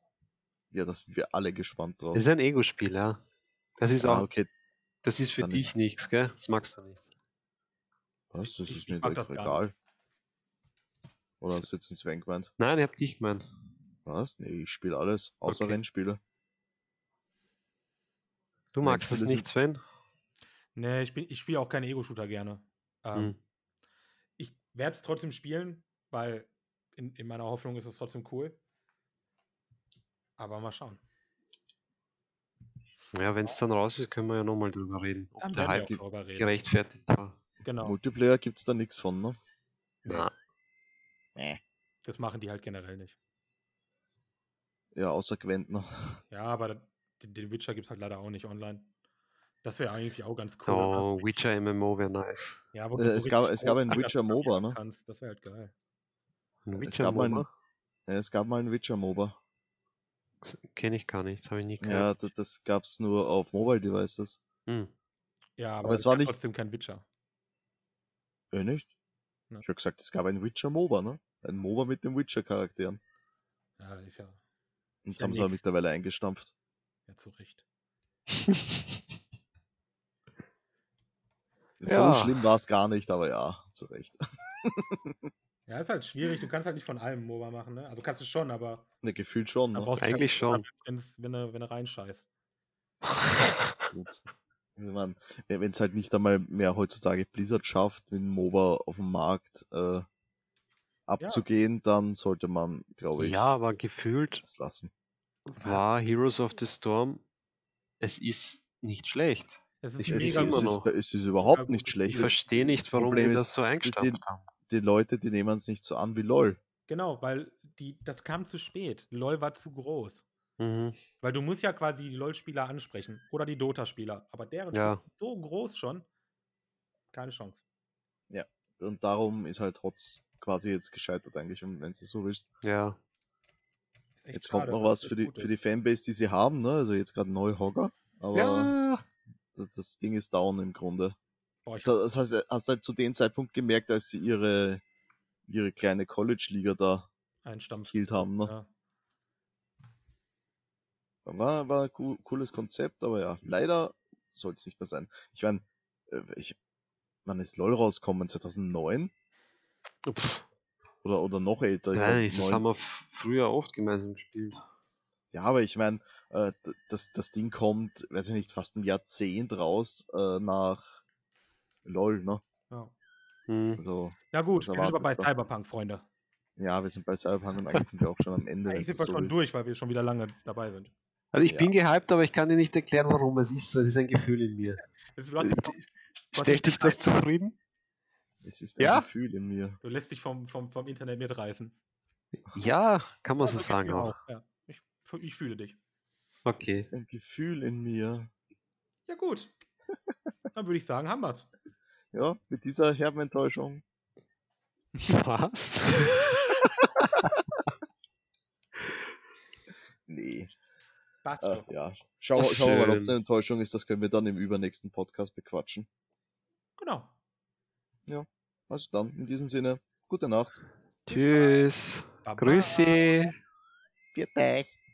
Ja, da sind wir alle gespannt drauf.
Das ist ein Ego-Spiel, ja. Das ist
ah,
auch,
okay.
das ist für
dann
dich
ist-
nichts, gell? Das magst du nicht.
Was? Das
Ich-
ist
ich
mir
mag
direkt
das gar
egal. Oder hast du jetzt einen Sven gemeint?
Nein, ich hab dich gemeint.
Was? Nee, ich spiele alles, außer
Okay.
Rennspiele.
Du
Nein,
magst es
Spiele sind-
nicht, Sven?
Nee, Ne, ich, bin- ich spiele auch keine Ego-Shooter gerne. Ähm,
Hm.
Ich werde es trotzdem spielen, weil in, in meiner Hoffnung ist es trotzdem cool. Aber mal schauen.
Ja, wenn es dann raus ist, können wir ja nochmal drüber reden, ob
Dann
der
werden
Hype
wir auch drüber reden.
gerechtfertigt war.
Genau.
Multiplayer gibt's da nichts von, ne?
Na,
Nee.
Das machen die halt generell nicht.
Ja, außer Gwent noch.
Ja, aber da- den, den Witcher gibt es halt leider auch nicht online. Das wäre eigentlich auch ganz cool.
oh, Witcher MMO wäre nice.
Ja, wo
Äh,
so
es
richtig
gab- es
groß
gab ein
anders
Witcher MOBA,
programmieren
ne?
Kannst. Das wäre halt geil.
Ein
Es
Witcher
gab mal
MMO
Ja, es gab mal ein Witcher-MOBA.
kenne ich gar nicht, habe ich nie
Ja,
gehört.
das, das gab's nur auf Mobile Devices. *laughs*
Hm.
Ja, aber,
Aber es
es
war
war
nicht-
trotzdem kein Witcher.
Äh, nicht?
Ne.
Ich hab gesagt, es gab ein Witcher-MOBA, ne? Ein MOBA mit den Witcher-Charakteren.
Ja, ist ja,
Und das
Ja,
haben sie aber
nix.
mittlerweile eingestampft.
ja zu Recht.
Das So
Ja.
schlimm war es gar nicht, aber ja, zu Recht. *laughs*
Ja, ist halt schwierig. Du kannst halt nicht von allem MOBA machen, ne? Also kannst du schon, aber
Ne, gefühlt schon.
da
Ne?
brauchst du
Eigentlich
keinen
schon.
Plan, Wenn's, wenn, du, wenn du reinscheißt.
Gut. Ich mein, Wenn es halt nicht einmal mehr heutzutage Blizzard schafft, mit dem MOBA auf dem Markt äh, abzugehen, dann sollte man, glaube ich,
ja, aber gefühlt
das lassen.
war Heroes of the Storm, es ist nicht schlecht.
Es ist
Ich
Es,
will
ist-
immer
es, ist,
noch.
es ist
Ja,
überhaupt
gut,
nicht
Ich
schlecht. Das,
verstehe nicht, warum die
Problem ist,
das so eingestampft haben.
die Leute, die nehmen es nicht so an wie LOL.
Genau, weil die, das kam zu spät. LOL war zu groß.
Mhm.
Weil du musst ja quasi die LOL-Spieler ansprechen oder die Dota-Spieler. Aber deren
Ja.
Spiel ist so groß schon, keine Chance.
Und darum ist halt Hotz quasi jetzt gescheitert eigentlich, und wenn du so willst.
Ja,
Ist echt
Jetzt kommt
schade,
noch
weil
was
es
für
echt
die,
gut
für
ist.
die Fanbase, die sie haben, ne? Also jetzt gerade neu Hogger. Aber
ja.
das, das Ding ist down im Grunde.
Boah, ich
So, Das heißt, hast du halt zu dem Zeitpunkt gemerkt, als sie ihre, ihre kleine College-Liga da
ein Stampf.
gekillt haben. Ne?
Ja.
War, war ein coo- cooles Konzept, aber ja, leider sollte es nicht mehr sein. Ich meine, ich, wann ist LOL rausgekommen? 2009?
Pff,
Oder, oder noch älter? Ich
nein,
glaub,
das
9.
haben wir f- früher oft gemeinsam gespielt.
Ja, aber ich meine, äh, d- das, das Ding kommt, weiß ich nicht, fast ein Jahrzehnt raus äh, nach LOL, ne?
Ja.
Mhm.
Also,
Na gut,
Was
wir sind aber bei
erwartest du?
Cyberpunk, Freunde.
ja, wir sind bei Cyberpunk und eigentlich sind wir auch schon am Ende. wenn's
Eigentlich sind wir
so
schon
ist.
durch, weil wir schon wieder lange dabei sind.
Also ich
Ja.
bin gehypt, aber ich kann dir nicht erklären, warum es ist so. Es ist ein Gefühl in mir. Äh,
Es- Du, hast,
Stellt dich das zufrieden?
Es ist ein
Ja?
Gefühl in mir.
du lässt dich vom, vom, vom Internet mitreißen.
Ja, kann man
Ja, genau.
so
geht
sagen
mir
auch.
Ja. Ich, fü- ich fühle dich.
Es
Okay.
ist ein Gefühl in mir.
Ja, gut. Dann würde ich sagen, haben wir's.
Ja, mit dieser herben Enttäuschung.
*laughs* Was?
Nee.
Passt
Äh,
doch.
ja. Schau,
Ach,
schauen wir mal, ob es
schön.
eine Enttäuschung ist. Das können wir dann im übernächsten Podcast bequatschen.
Genau.
Also dann, in diesem Sinne, gute Nacht.
Tschüss.
Tá Baba.
Grüße.
Viert euch.